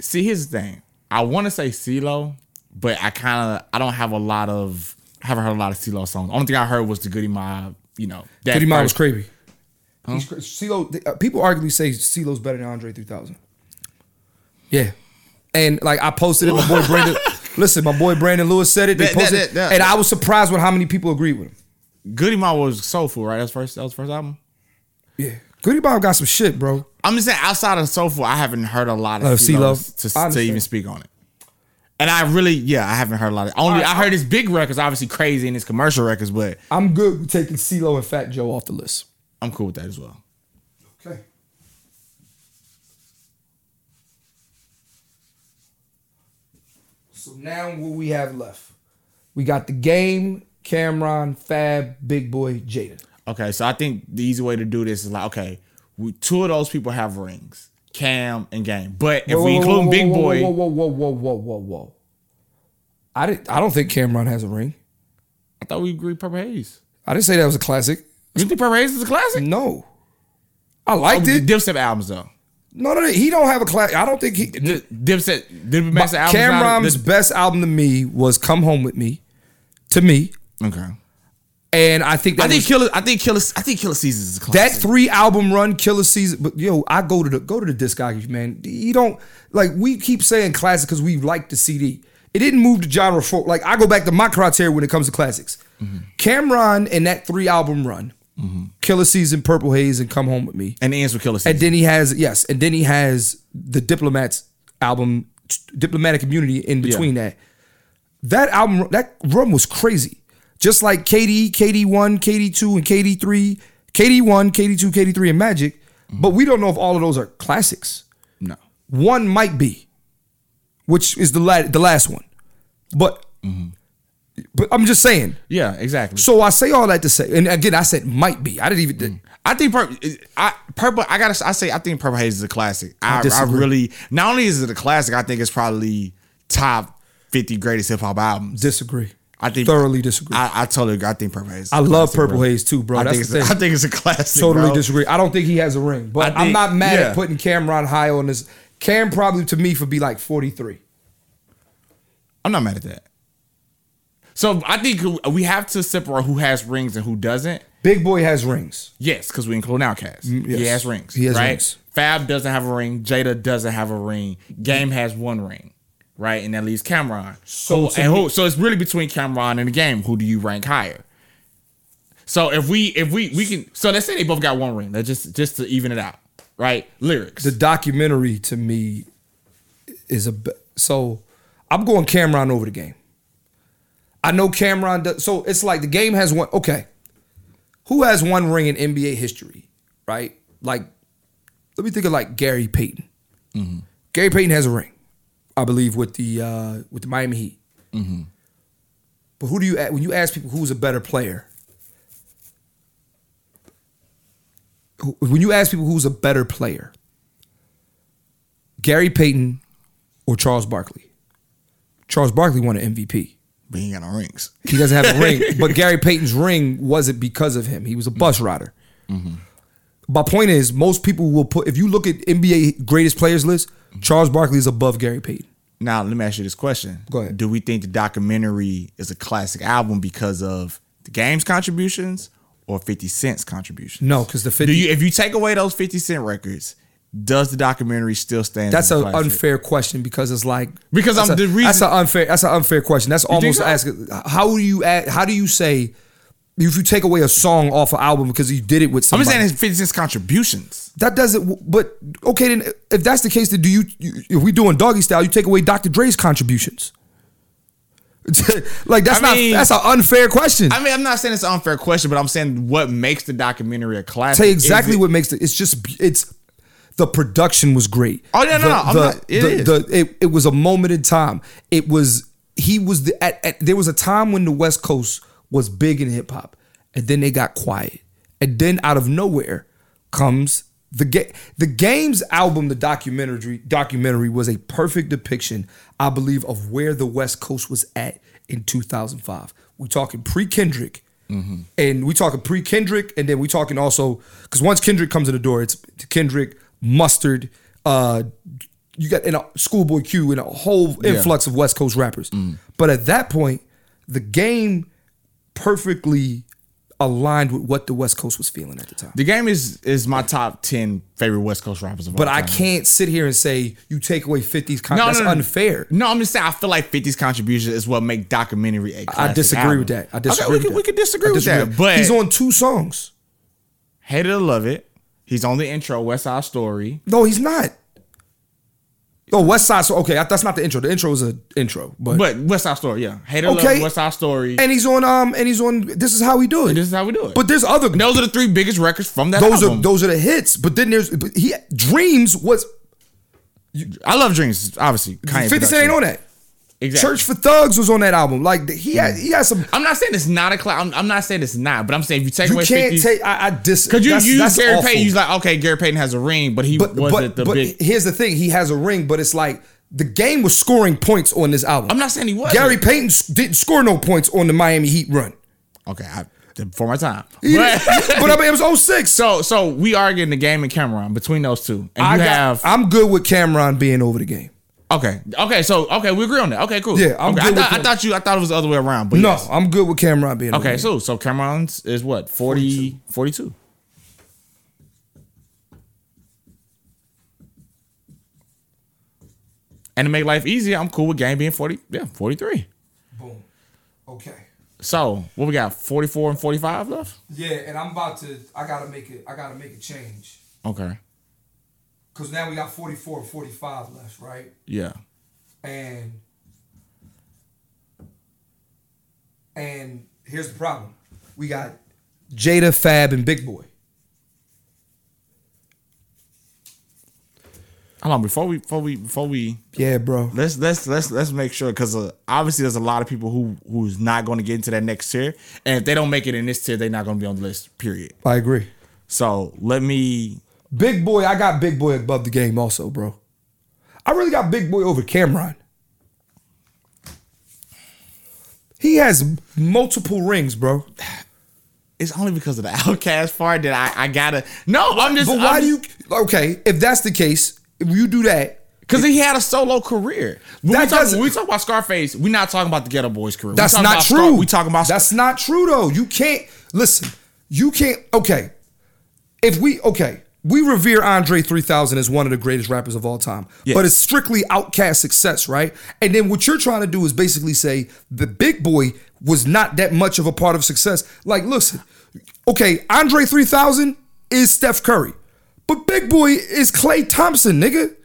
[SPEAKER 3] See, here's the thing. I want to say CeeLo, but I kind of I don't have a lot of I haven't heard a lot of CeeLo songs. Only thing I heard was the Goody Mob. You know, that
[SPEAKER 2] Goody Mob was
[SPEAKER 3] first-
[SPEAKER 2] creepy. He's cra- CeeLo, th- uh, people arguably say CeeLo's better than Andre 3000. Yeah, and like I posted it, my boy Brandon. listen, my boy Brandon Lewis said it. They
[SPEAKER 3] That- that-
[SPEAKER 2] posted, it,
[SPEAKER 3] that- that-
[SPEAKER 2] and I was surprised with how many people agreed with him.
[SPEAKER 3] Goody Mob was Soulful, right? That's first. That was first album.
[SPEAKER 2] Yeah, Goody Mob got some shit, bro.
[SPEAKER 3] I'm just saying, outside of Soulful, I haven't heard a lot of
[SPEAKER 2] Oh,
[SPEAKER 3] CeeLo
[SPEAKER 2] CeeLo. I
[SPEAKER 3] to, to
[SPEAKER 2] understand.
[SPEAKER 3] even speak on it. And I really, yeah, I haven't heard a lot of. Only I heard his big records, obviously crazy, and his commercial records, but
[SPEAKER 2] I'm good with taking CeeLo and Fat Joe off the list.
[SPEAKER 3] I'm cool with that as well.
[SPEAKER 2] Okay. So now what we have left? We got the game, Cameron, Fab, Big Boy, Jada.
[SPEAKER 3] Okay, so I think the easy way to do this is like, okay, we, two of those people have rings, Cam and Game. But if we include
[SPEAKER 2] whoa,
[SPEAKER 3] Big
[SPEAKER 2] whoa,
[SPEAKER 3] Boy,
[SPEAKER 2] Whoa, whoa, whoa, whoa, whoa, whoa, whoa. I didn't I don't think Cameron has a ring.
[SPEAKER 3] I thought we agreed Purple Haze.
[SPEAKER 2] I didn't say that was a classic.
[SPEAKER 3] You think Purple Haze is a classic?
[SPEAKER 2] No. I
[SPEAKER 3] Oh,
[SPEAKER 2] liked
[SPEAKER 3] the
[SPEAKER 2] it.
[SPEAKER 3] Dipset albums though.
[SPEAKER 2] No, no, no. He don't have a class. I don't think he
[SPEAKER 3] The Dipset, the best albums. out
[SPEAKER 2] Cameron's
[SPEAKER 3] of the-
[SPEAKER 2] best album to me was Come Home With Me. To me.
[SPEAKER 3] okay.
[SPEAKER 2] And I think that
[SPEAKER 3] I think
[SPEAKER 2] was-
[SPEAKER 3] Killer, I think Killer, I think Killer Seasons is a
[SPEAKER 2] That
[SPEAKER 3] classic.
[SPEAKER 2] three album run, Killer Season, but yo, I go to the go to the discography, man. You don't like we keep saying classic because we like the CD. It didn't move the genre forward. Like I go back to my criteria when it comes to classics. Cameron and that three album run, Killer Season, Purple Haze, and Come Home with Me.
[SPEAKER 3] and it ends with Killer Seasons.
[SPEAKER 2] And then he has yes, and then he has the Diplomats album, Diplomatic Immunity in between that. That album, that run was crazy. Just like KD, KD one, KD two, and KD three, KD one, KD two, KD three, and Magic.
[SPEAKER 3] Mm-hmm.
[SPEAKER 2] But we don't know if all of those are classics.
[SPEAKER 3] no.
[SPEAKER 2] One might be, which is the la- the last one. But
[SPEAKER 3] Mm-hmm.
[SPEAKER 2] But I'm just saying.
[SPEAKER 3] Yeah, exactly.
[SPEAKER 2] So I say all that to say, and again, I said might be. I didn't even.
[SPEAKER 3] I think purple. I purple. I gotta. I say. I think Purple Haze is a classic. I, I,
[SPEAKER 2] disagree.
[SPEAKER 3] really. Not only is it a classic, I think it's probably top fifty greatest hip hop albums.
[SPEAKER 2] Disagree.
[SPEAKER 3] I think
[SPEAKER 2] Thoroughly disagree. I,
[SPEAKER 3] I, I totally agree. I think Purple Haze. is a
[SPEAKER 2] love
[SPEAKER 3] classic,
[SPEAKER 2] Purple
[SPEAKER 3] bro.
[SPEAKER 2] Haze too, bro.
[SPEAKER 3] I
[SPEAKER 2] That's
[SPEAKER 3] think,
[SPEAKER 2] the
[SPEAKER 3] it's,
[SPEAKER 2] thing.
[SPEAKER 3] I think it's a classic.
[SPEAKER 2] totally
[SPEAKER 3] bro.
[SPEAKER 2] disagree. I don't think he has a ring, but
[SPEAKER 3] I
[SPEAKER 2] I'm
[SPEAKER 3] think-
[SPEAKER 2] not mad
[SPEAKER 3] yeah.
[SPEAKER 2] at putting Cameron high on this. Cam probably to me for be like 43.
[SPEAKER 3] I'm not mad at that. So I think we have to separate who has rings and who doesn't.
[SPEAKER 2] Big Boy has rings.
[SPEAKER 3] Yes, because we include Outkast.
[SPEAKER 2] Mm, yes.
[SPEAKER 3] He has rings.
[SPEAKER 2] He has
[SPEAKER 3] right?
[SPEAKER 2] rings.
[SPEAKER 3] Fab doesn't have a ring. Jada doesn't have a ring. Game has one ring. Right? And that leaves Cameron. So
[SPEAKER 2] to
[SPEAKER 3] and
[SPEAKER 2] me-
[SPEAKER 3] who, so it's really between Cameron and the game. Who do you rank higher? So if we if we we can so let's say they both got one ring. That just just to even it out. Right? Lyrics.
[SPEAKER 2] The documentary to me is a be- so I'm going Cameron over the game. I know Cameron does. So it's like the game has one. Okay, who has one ring in NBA history? Right? Like, let me think of like Gary Payton. Gary Payton has a ring, I believe, with the uh, with the Miami Heat. But who do you a- when you ask people who's a better player? who- When you ask people who's a better player, Gary Payton or Charles Barkley? Charles Barkley won an MVP.
[SPEAKER 3] but he ain't got no rings.
[SPEAKER 2] He doesn't have a ring, but Gary Payton's ring wasn't because of him. He was a
[SPEAKER 3] Mm-hmm.
[SPEAKER 2] bus rider. My point is, most people will put. If you look at NBA greatest players list,
[SPEAKER 3] Mm-hmm.
[SPEAKER 2] Charles Barkley is above Gary Payton.
[SPEAKER 3] Now let me ask you this question.
[SPEAKER 2] Go ahead.
[SPEAKER 3] Do we think the documentary is a classic album because of the game's contributions or 50 Cent's contributions?
[SPEAKER 2] No, because the
[SPEAKER 3] Do
[SPEAKER 2] fifty.
[SPEAKER 3] you if you take away those 50 Cent records, does the documentary still stand?
[SPEAKER 2] that's
[SPEAKER 3] as a
[SPEAKER 2] an
[SPEAKER 3] classic?
[SPEAKER 2] unfair question because it's like
[SPEAKER 3] Because
[SPEAKER 2] that's
[SPEAKER 3] I'm-
[SPEAKER 2] a-
[SPEAKER 3] the reason-
[SPEAKER 2] that's an unfair that's an unfair question. That's almost
[SPEAKER 3] so?
[SPEAKER 2] asking how do you add, how do you say if you take away a song off an album because you did it with
[SPEAKER 3] I'm
[SPEAKER 2] somebody?
[SPEAKER 3] just saying it's 50 Cent's contributions.
[SPEAKER 2] That doesn't. But okay, then if that's the case, then do you? you- If we doing doggy style, you take away Dr. Dre's contributions. like that's
[SPEAKER 3] I
[SPEAKER 2] not.
[SPEAKER 3] mean-
[SPEAKER 2] that's an unfair question.
[SPEAKER 3] I mean, I'm not saying it's an unfair question, but I'm saying what makes the documentary a classic.
[SPEAKER 2] Say
[SPEAKER 3] is
[SPEAKER 2] exactly
[SPEAKER 3] it-
[SPEAKER 2] what makes it. It's just. be- It's the production was great.
[SPEAKER 3] Oh, yeah, no,
[SPEAKER 2] The-
[SPEAKER 3] no, I'm
[SPEAKER 2] the-
[SPEAKER 3] not- it
[SPEAKER 2] the,
[SPEAKER 3] is.
[SPEAKER 2] the- it, it was a moment in time. It was. He was the. At, at, there was a time when the West Coast was big in hip hop, and then they got quiet, and then out of nowhere comes the ga- the game's album. The documentary documentary was a perfect depiction, I believe, of where the West Coast was at in 2005. We talking pre Kendrick. Mm-hmm. And we talking pre Kendrick, and then we talking also because once Kendrick comes in the door, it's Kendrick, Mustard, uh, you got in a Schoolboy Q and a whole influx of West Coast rappers.
[SPEAKER 3] Mm.
[SPEAKER 2] But at that point, the game perfectly aligned with what the West Coast was feeling at the time.
[SPEAKER 3] The game is is my top 10 favorite West Coast rappers of all
[SPEAKER 2] But I
[SPEAKER 3] time.
[SPEAKER 2] can't sit here and say you take away 50s. Con- that's unfair.
[SPEAKER 3] No, I'm just saying I feel like 50's contribution is what make documentary a classic
[SPEAKER 2] I disagree
[SPEAKER 3] album.
[SPEAKER 2] with that. I disagree.
[SPEAKER 3] we
[SPEAKER 2] with
[SPEAKER 3] can-
[SPEAKER 2] that.
[SPEAKER 3] we can disagree
[SPEAKER 2] I
[SPEAKER 3] with that, but-
[SPEAKER 2] he's on two songs.
[SPEAKER 3] Hate it or love it. He's on the intro, West Side Story.
[SPEAKER 2] No, he's not. No, West Side. So okay, that's not the intro. The intro is an intro, but,
[SPEAKER 3] But West Side Story, yeah. Hate it or love
[SPEAKER 2] Okay.
[SPEAKER 3] it, West Side Story.
[SPEAKER 2] and he's on um and he's on. This is how we do it.
[SPEAKER 3] this is how we do it.
[SPEAKER 2] But there's other.
[SPEAKER 3] And those are the three biggest records from that
[SPEAKER 2] those
[SPEAKER 3] album.
[SPEAKER 2] are those are the hits. But then there's but he dreams was
[SPEAKER 3] I love Dreams, obviously. Kanye
[SPEAKER 2] Fifty Cent ain't
[SPEAKER 3] production.
[SPEAKER 2] on that.
[SPEAKER 3] Exactly.
[SPEAKER 2] Church for Thugs was on that album. Like he had he had some.
[SPEAKER 3] I'm not saying it's not a class. I'm, I'm not saying it's not, but I'm saying if you take
[SPEAKER 2] You
[SPEAKER 3] away
[SPEAKER 2] can't
[SPEAKER 3] 50,
[SPEAKER 2] take. I, I dis.
[SPEAKER 3] because you
[SPEAKER 2] that's-
[SPEAKER 3] use
[SPEAKER 2] that's
[SPEAKER 3] Gary
[SPEAKER 2] awful.
[SPEAKER 3] Payton, you like okay, Gary Payton has a ring, but he
[SPEAKER 2] But
[SPEAKER 3] wasn't
[SPEAKER 2] but,
[SPEAKER 3] the
[SPEAKER 2] but
[SPEAKER 3] big.
[SPEAKER 2] here's the thing. He has a ring, but it's like the game was scoring points on this album.
[SPEAKER 3] I'm not saying he was
[SPEAKER 2] Gary Payton s- didn't score no points on the Miami Heat run.
[SPEAKER 3] Okay, I, before my time.
[SPEAKER 2] He
[SPEAKER 3] But-
[SPEAKER 2] didn't- but I mean, it was 06. So
[SPEAKER 3] so so we are getting the game and Cameron between those two, and
[SPEAKER 2] I
[SPEAKER 3] you
[SPEAKER 2] got,
[SPEAKER 3] have
[SPEAKER 2] I'm good with Cameron being over the game.
[SPEAKER 3] okay, okay. So okay, we agree on that. Okay, cool.
[SPEAKER 2] Yeah, I'm
[SPEAKER 3] okay,
[SPEAKER 2] good
[SPEAKER 3] I, thought,
[SPEAKER 2] with
[SPEAKER 3] I
[SPEAKER 2] that.
[SPEAKER 3] thought you. I thought it was the other way around. But
[SPEAKER 2] No,
[SPEAKER 3] yes.
[SPEAKER 2] I'm good with Cameron being over
[SPEAKER 3] Okay,
[SPEAKER 2] the
[SPEAKER 3] so so Cameron's is what 40, 42. And to make life easier, I'm cool with game being 40, yeah, 43.
[SPEAKER 2] Boom. Okay.
[SPEAKER 3] So what we got, 44 and 45 left?
[SPEAKER 2] Yeah, and I'm about to. I gotta make it. I gotta make a change
[SPEAKER 3] Okay.
[SPEAKER 2] because now we got 44 and 45 left, right?
[SPEAKER 3] Yeah.
[SPEAKER 2] And and here's the problem: we got Jada, Fab, and Big Boy.
[SPEAKER 3] Hold on, before we before we before we
[SPEAKER 2] Yeah, bro.
[SPEAKER 3] let's let's let's let's make sure because uh, obviously there's a lot of people who who's not going to get into that next tier, and if they don't make it in this tier, they're not going to be on the list. Period.
[SPEAKER 2] I agree.
[SPEAKER 3] So let me.
[SPEAKER 2] Big boy, I got big boy above the game also, bro. I really got big boy over Cameron. He has m- multiple rings, bro.
[SPEAKER 3] It's only because of the outcast part that I I gotta no. I'm just
[SPEAKER 2] But why do you? Okay, if that's the case, if you do that,
[SPEAKER 3] Because he had a solo career. When
[SPEAKER 2] That
[SPEAKER 3] we, talk,
[SPEAKER 2] doesn't-
[SPEAKER 3] when we talk about Scarface, we're not talking about the Ghetto Boys career. We
[SPEAKER 2] that's
[SPEAKER 3] talking
[SPEAKER 2] not
[SPEAKER 3] about
[SPEAKER 2] true.
[SPEAKER 3] Scar- we talking about
[SPEAKER 2] that's not true though. You can't listen. You can't. Okay, if we okay, we revere Andre 3000 as one of the greatest rappers of all time.
[SPEAKER 3] Yes.
[SPEAKER 2] But it's strictly outcast success, right? And then what you're trying to do is basically say the big boy was not that much of a part of success. Like, listen, okay, Andre 3000 is Steph Curry, but big boy is Clay Thompson, nigga.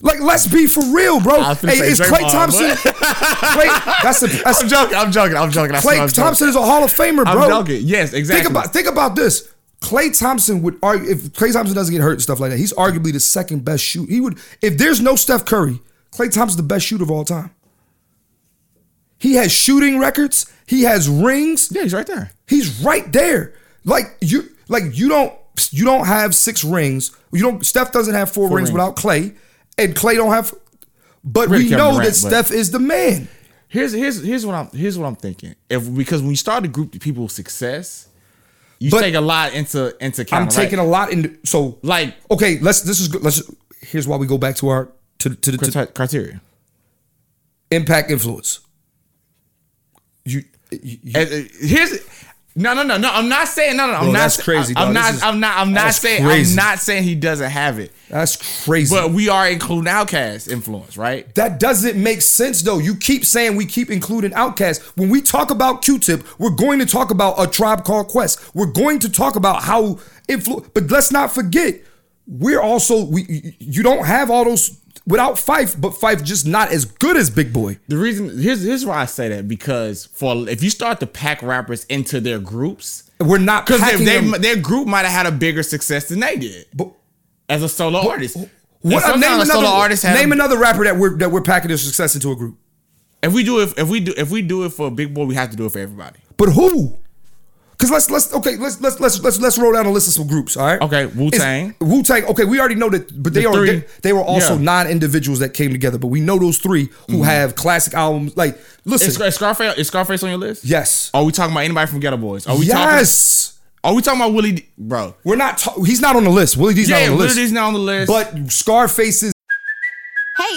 [SPEAKER 2] Like, let's be for real, bro.
[SPEAKER 3] I was finna
[SPEAKER 2] Hey,
[SPEAKER 3] say
[SPEAKER 2] is Clay
[SPEAKER 3] Draymond,
[SPEAKER 2] Thompson?
[SPEAKER 3] but-
[SPEAKER 2] Clay, that's a that's
[SPEAKER 3] I'm joking. I'm joking. I'm joking. I swear
[SPEAKER 2] Clay
[SPEAKER 3] I'm joking.
[SPEAKER 2] Thompson is a Hall of Famer,
[SPEAKER 3] I'm
[SPEAKER 2] bro.
[SPEAKER 3] joking. Yes, exactly.
[SPEAKER 2] Think about think about this. Clay Thompson would argue if Clay Thompson doesn't get hurt and stuff like that. He's arguably the second best shoot. He would if there's no Steph Curry, Clay Thompson's the best shooter of all time. He has shooting records. He has rings.
[SPEAKER 3] Yeah, he's right there.
[SPEAKER 2] He's right there. Like you, like you don't, you don't have six rings. You don't. Steph doesn't have four, rings,
[SPEAKER 3] rings.
[SPEAKER 2] without Clay, and Clay don't have. But
[SPEAKER 3] Really
[SPEAKER 2] we
[SPEAKER 3] Kevin
[SPEAKER 2] know
[SPEAKER 3] Durant,
[SPEAKER 2] that
[SPEAKER 3] but-
[SPEAKER 2] Steph is the man.
[SPEAKER 3] Here's here's here's what I'm here's what I'm thinking. If because when you start to group the people with success, you
[SPEAKER 2] But-
[SPEAKER 3] take a lot into into account.
[SPEAKER 2] I'm
[SPEAKER 3] right?
[SPEAKER 2] taking a lot in. So
[SPEAKER 3] Like-
[SPEAKER 2] okay, let's. This is good. let's. Here's why we go back to our to to, the to
[SPEAKER 3] Criter- criteria.
[SPEAKER 2] impact influence. You, you, you-
[SPEAKER 3] And, uh, here's no no no no. I'm not saying no no. no I'm
[SPEAKER 2] Bro,
[SPEAKER 3] not
[SPEAKER 2] that's
[SPEAKER 3] sa-
[SPEAKER 2] crazy,
[SPEAKER 3] I, am
[SPEAKER 2] dog.
[SPEAKER 3] not.
[SPEAKER 2] This is-
[SPEAKER 3] I'm not. I'm not
[SPEAKER 2] that's
[SPEAKER 3] saying.
[SPEAKER 2] crazy.
[SPEAKER 3] I'm not saying he doesn't have it.
[SPEAKER 2] that's crazy.
[SPEAKER 3] But we are including Outcast influence, right?
[SPEAKER 2] That doesn't make sense though. You keep saying we keep including Outkast. When we talk about Q-Tip, we're going to talk about a tribe called Quest. We're going to talk about how influ. But let's not forget, we're also we. you- You don't have all those without Fife, but Fife just not as good as Big Boy.
[SPEAKER 3] The reason here's here's why I say that because for if you start to pack rappers into their groups,
[SPEAKER 2] We're not
[SPEAKER 3] because
[SPEAKER 2] packing
[SPEAKER 3] they,
[SPEAKER 2] them-
[SPEAKER 3] their group might have had a bigger success than they did
[SPEAKER 2] But-
[SPEAKER 3] as a solo artist.
[SPEAKER 2] What
[SPEAKER 3] And
[SPEAKER 2] uh, name
[SPEAKER 3] sometimes
[SPEAKER 2] another
[SPEAKER 3] had
[SPEAKER 2] name
[SPEAKER 3] a-
[SPEAKER 2] another rapper that we're that we're packing their success into a group.
[SPEAKER 3] If we do if, if we do if we do it for a big boy, we have to do it for everybody.
[SPEAKER 2] But who? Cause let's let's okay let's let's let's let's let's roll down a list of some groups. All right.
[SPEAKER 3] Okay, Wu-Tang.
[SPEAKER 2] Wu Tang. Okay, we already know that, but they
[SPEAKER 3] The
[SPEAKER 2] are
[SPEAKER 3] three.
[SPEAKER 2] they, they were also
[SPEAKER 3] Yeah. Mm-hmm.
[SPEAKER 2] non individuals that came together. But we know those three who have classic albums. Like listen,
[SPEAKER 3] Is, is Scarface is Scarface on your list?
[SPEAKER 2] yes,
[SPEAKER 3] Are we talking about anybody from Ghetto Boys? Are we
[SPEAKER 2] yes.
[SPEAKER 3] talking? Are we talking about Willie? D- Bro,
[SPEAKER 2] we're not. Ta- he's not on the list. Willie D's
[SPEAKER 3] yeah,
[SPEAKER 2] not on the
[SPEAKER 3] Willie
[SPEAKER 2] list.
[SPEAKER 3] D's not on the list.
[SPEAKER 2] But Scarface is
[SPEAKER 9] Hey,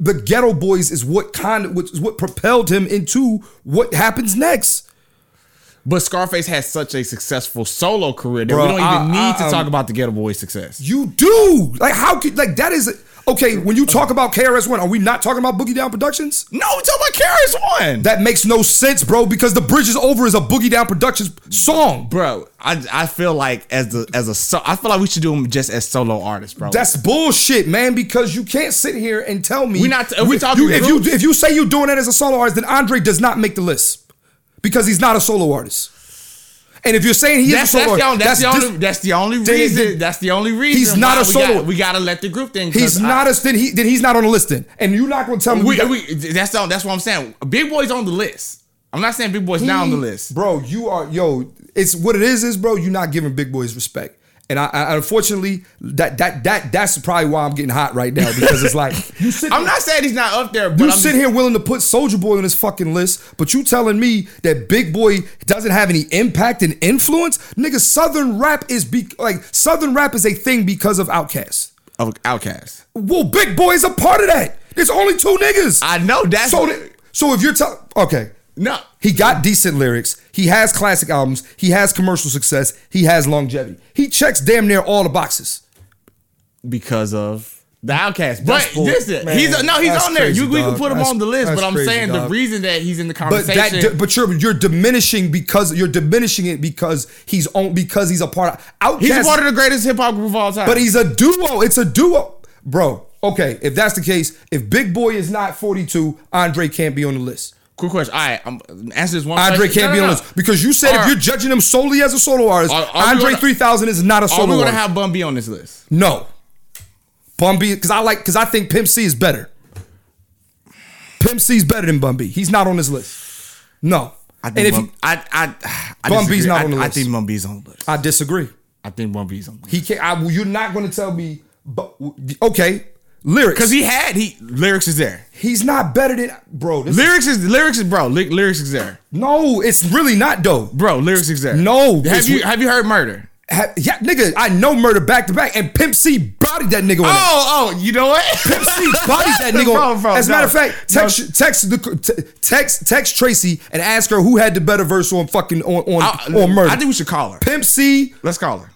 [SPEAKER 2] the Ghetto Boys is what kind of what, what propelled him into what happens next.
[SPEAKER 3] but Scarface has such a successful solo career that we don't even
[SPEAKER 2] I-
[SPEAKER 3] need to
[SPEAKER 2] I-
[SPEAKER 3] talk
[SPEAKER 2] um,
[SPEAKER 3] about the Ghetto Boys' success.
[SPEAKER 2] You do like how could like that is okay when you talk about KRS One. Are we not talking about Boogie Down Productions?
[SPEAKER 3] No, we talking about Carrie's one.
[SPEAKER 2] That makes no sense, bro, because The Bridge is Over is a Boogie Down Productions song.
[SPEAKER 3] bro, I, I feel like as the as a so, I feel like we should do him just as solo artists, bro.
[SPEAKER 2] That's bullshit, man, because you can't sit here and tell me.
[SPEAKER 3] We not- we talking
[SPEAKER 2] you, if, you,
[SPEAKER 3] groups?
[SPEAKER 2] if you say you're doing that as a solo artist, then Andre does not make the list because he's not a solo artist. And if you're saying he
[SPEAKER 3] that's,
[SPEAKER 2] is a
[SPEAKER 3] that's,
[SPEAKER 2] solo
[SPEAKER 3] the, only-
[SPEAKER 2] artist,
[SPEAKER 3] that's, the
[SPEAKER 2] dis-
[SPEAKER 3] only that's the only
[SPEAKER 2] Then-
[SPEAKER 3] reason
[SPEAKER 2] then-
[SPEAKER 3] that's the only reason
[SPEAKER 2] He's not
[SPEAKER 3] why
[SPEAKER 2] a solo-
[SPEAKER 3] We got, we got to let the group thing.
[SPEAKER 2] he's not a then he then he's not on the list then. And you're not gonna tell me
[SPEAKER 3] We,
[SPEAKER 2] got-
[SPEAKER 3] we, that's the, that's what I'm saying. Big boy's on the list. I'm not saying big boy's not on the list.
[SPEAKER 2] Bro, you are yo. It's what it is. Is bro, you're not giving big boys respect. And I, I unfortunately that that that that's probably why I'm getting hot right now because it's like you sit.
[SPEAKER 3] I'm not saying he's not up there, but
[SPEAKER 2] You
[SPEAKER 3] I'm
[SPEAKER 2] sit here willing to put Soldier Boy on this fucking list, but you telling me that Big Boy doesn't have any impact and influence, nigga. Southern rap is be like Southern rap is a thing because of Outkast.
[SPEAKER 3] of Outcast.
[SPEAKER 2] Well, Big Boy is a part of that. There's only two niggas.
[SPEAKER 3] I know that's
[SPEAKER 2] so th- so if you're telling okay,
[SPEAKER 3] no.
[SPEAKER 2] he got decent lyrics. He has classic albums. He has commercial success. He has longevity. He checks damn near all the boxes.
[SPEAKER 3] because of The Outcast, but
[SPEAKER 2] cool.
[SPEAKER 3] this is
[SPEAKER 2] Man,
[SPEAKER 3] he's no he's
[SPEAKER 2] that's
[SPEAKER 3] on there.
[SPEAKER 2] crazy,
[SPEAKER 3] You, we can
[SPEAKER 2] dog.
[SPEAKER 3] put him
[SPEAKER 2] That's-
[SPEAKER 3] on the list,
[SPEAKER 2] that's
[SPEAKER 3] but I'm
[SPEAKER 2] crazy,
[SPEAKER 3] saying the
[SPEAKER 2] dog.
[SPEAKER 3] reason that he's in the
[SPEAKER 2] But that,
[SPEAKER 3] conversation.
[SPEAKER 2] but you're you're diminishing because you're diminishing it because he's on because he's a part of Outkast.
[SPEAKER 3] he's one of the greatest hip hop group of all time.
[SPEAKER 2] But he's a duo. It's a duo, bro. Okay, if that's the case, if Big Boy is not 42, Andre can't be on the list.
[SPEAKER 3] quick question. All right, I'm answer this one.
[SPEAKER 2] Andre
[SPEAKER 3] question.
[SPEAKER 2] can't
[SPEAKER 3] No,
[SPEAKER 2] be
[SPEAKER 3] no,
[SPEAKER 2] on
[SPEAKER 3] no.
[SPEAKER 2] this because you said
[SPEAKER 3] Are-
[SPEAKER 2] if you're judging him solely as a solo artist,
[SPEAKER 3] Are- are we
[SPEAKER 2] Andre
[SPEAKER 3] gonna-
[SPEAKER 2] 3000 is not a
[SPEAKER 3] Are
[SPEAKER 2] solo
[SPEAKER 3] we gonna
[SPEAKER 2] artist.
[SPEAKER 3] have Bun B on this list?
[SPEAKER 2] no, Bun B because I like because I think Pimp C is better. Pimp C is better than Bun B. He's not on this list. No,
[SPEAKER 3] I
[SPEAKER 2] and
[SPEAKER 3] think
[SPEAKER 2] if
[SPEAKER 3] Bun,
[SPEAKER 2] you,
[SPEAKER 3] I I I
[SPEAKER 2] Bun B's
[SPEAKER 3] disagree.
[SPEAKER 2] not
[SPEAKER 3] I-
[SPEAKER 2] on the
[SPEAKER 3] I
[SPEAKER 2] list.
[SPEAKER 3] think Bun B's on the list.
[SPEAKER 2] I disagree.
[SPEAKER 3] I think Bun B's on the list.
[SPEAKER 2] He can't. I, you're not going to tell me. But okay, lyrics
[SPEAKER 3] Cause he had he lyrics is there.
[SPEAKER 2] he's not better than bro. This
[SPEAKER 3] Lyrics is lyrics is bro. Ly- lyrics is there,
[SPEAKER 2] No, it's really not though.
[SPEAKER 3] bro. Lyrics is there.
[SPEAKER 2] No,
[SPEAKER 3] have
[SPEAKER 2] it's-
[SPEAKER 3] you have you heard murder?
[SPEAKER 2] Ha- yeah, nigga, I know murder back to back, and Pimp C bodied that nigga. On that.
[SPEAKER 3] Oh oh, you know what?
[SPEAKER 2] Pimp C bodied that nigga. on-
[SPEAKER 3] Bro, bro,
[SPEAKER 2] As a matter of
[SPEAKER 3] no,
[SPEAKER 2] fact, text text the te- text text Tracy and ask her who had the better verse on fucking on on,
[SPEAKER 3] I,
[SPEAKER 2] on murder.
[SPEAKER 3] I think we should call her.
[SPEAKER 2] Pimp C.
[SPEAKER 3] Let's call her.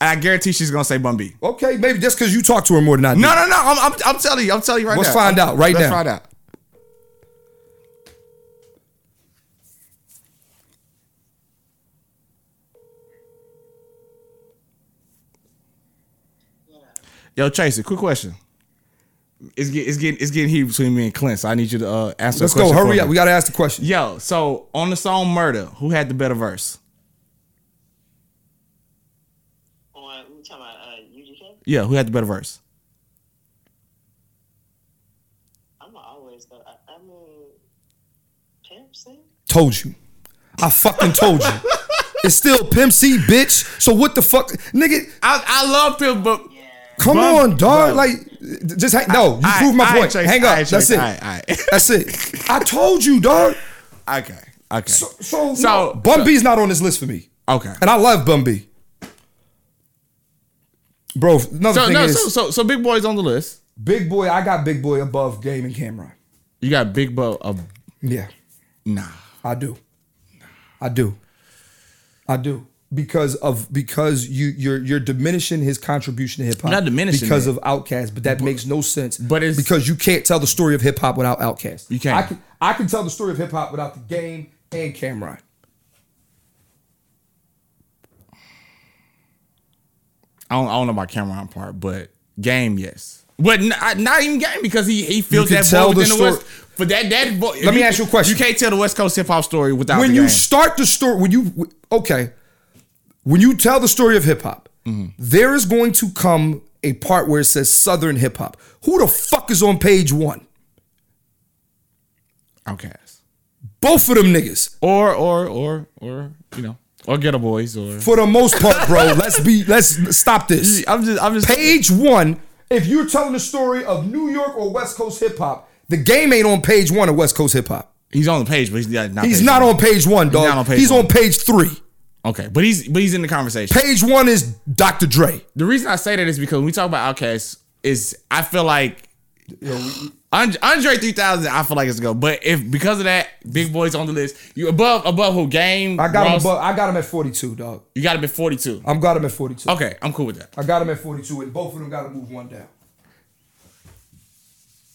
[SPEAKER 3] And I guarantee she's gonna say Bun B.
[SPEAKER 2] Okay, maybe just because you talk to her more than I do.
[SPEAKER 3] No no no. I'm, I'm, I'm telling you. I'm telling you right
[SPEAKER 2] Let's
[SPEAKER 3] now.
[SPEAKER 2] find out right
[SPEAKER 3] Let's
[SPEAKER 2] now.
[SPEAKER 3] find out. Yo, Tracy, quick question. It's, get, it's getting it's getting heated between me and Clint, so I need you to uh, answer.
[SPEAKER 2] Let's
[SPEAKER 3] a
[SPEAKER 2] go.
[SPEAKER 3] question for
[SPEAKER 2] Hurry
[SPEAKER 3] me.
[SPEAKER 2] up. We gotta ask the question.
[SPEAKER 3] Yo, so on the song "Murder," who had the better verse?
[SPEAKER 10] On, we talking about uh, UGK?
[SPEAKER 3] Yeah, who had the better verse?
[SPEAKER 10] I'm always, uh, I, I mean, Pimp C?
[SPEAKER 2] Told you. I fucking told you. It's still Pimp C, bitch. So what the fuck, nigga?
[SPEAKER 3] I, I love Pimp, but
[SPEAKER 2] Come
[SPEAKER 3] Bro,
[SPEAKER 2] on, dog.
[SPEAKER 3] bro.
[SPEAKER 2] Like, just hang. No, you proved my point. hang up. That's it. That's it. I told you, dog.
[SPEAKER 3] okay. Okay.
[SPEAKER 2] So, so,
[SPEAKER 3] So-
[SPEAKER 2] no, Bun B's not on this list for me,
[SPEAKER 3] okay.
[SPEAKER 2] and I love Bun B. Bro, another
[SPEAKER 3] So
[SPEAKER 2] thing
[SPEAKER 3] no,
[SPEAKER 2] is
[SPEAKER 3] so, so so Big Boy's on the list.
[SPEAKER 2] Big Boy. I got Big Boy above Game and Cameron.
[SPEAKER 3] You got Big Bo. Uh,
[SPEAKER 2] Yeah,
[SPEAKER 3] nah.
[SPEAKER 2] I do. I do. I do because of because you you're you're diminishing his contribution to hip hop.
[SPEAKER 3] Not diminishing
[SPEAKER 2] because
[SPEAKER 3] it.
[SPEAKER 2] of Outkast, but that makes no sense.
[SPEAKER 3] but it's-
[SPEAKER 2] because you can't tell the story of hip hop without Outkast.
[SPEAKER 3] You can't.
[SPEAKER 2] I can I can tell the story of hip hop without the game and Cameron.
[SPEAKER 3] I don't, I don't know about Cameron part, but game yes. But n- I- not even game because he he feels
[SPEAKER 2] can
[SPEAKER 3] that
[SPEAKER 2] tell
[SPEAKER 3] void
[SPEAKER 2] the
[SPEAKER 3] within the,
[SPEAKER 2] story-
[SPEAKER 3] West. But that that void-
[SPEAKER 2] Let me ask you a question.
[SPEAKER 3] You can't tell the West Coast hip hop story without
[SPEAKER 2] when
[SPEAKER 3] the
[SPEAKER 2] you
[SPEAKER 3] game.
[SPEAKER 2] start the story when you okay when you tell the story of hip-hop there is going to come a part where it says southern hip-hop who the fuck is on page one
[SPEAKER 3] Outcast
[SPEAKER 2] both of them niggas
[SPEAKER 3] or or or or you know or Ghetto Boys or
[SPEAKER 2] for the most part bro let's be let's stop this
[SPEAKER 3] I'm just I'm just
[SPEAKER 2] page one if you're telling the story of new york or west coast hip-hop the game ain't on page one of west coast hip-hop
[SPEAKER 3] He's on the page, but he's not. not
[SPEAKER 2] he's
[SPEAKER 3] page
[SPEAKER 2] not
[SPEAKER 3] one.
[SPEAKER 2] on page one dog he's,
[SPEAKER 3] not on page
[SPEAKER 2] on
[SPEAKER 3] one.
[SPEAKER 2] page three
[SPEAKER 3] Okay, but he's but he's in the conversation.
[SPEAKER 2] page one is dr dre
[SPEAKER 3] the reason I say that is because when we talk about Outkast, is I feel like And- Andre three thousand. I feel like it's a go, but if because of that, Big Boy's on the list. You above above who? Game.
[SPEAKER 2] i got him
[SPEAKER 3] Ross,
[SPEAKER 2] above, i got him at 42 dog
[SPEAKER 3] You got him at forty two.
[SPEAKER 2] i'm got him at 42
[SPEAKER 3] Okay, I'm cool with that.
[SPEAKER 2] I got him at 42, and both of them got to move one down.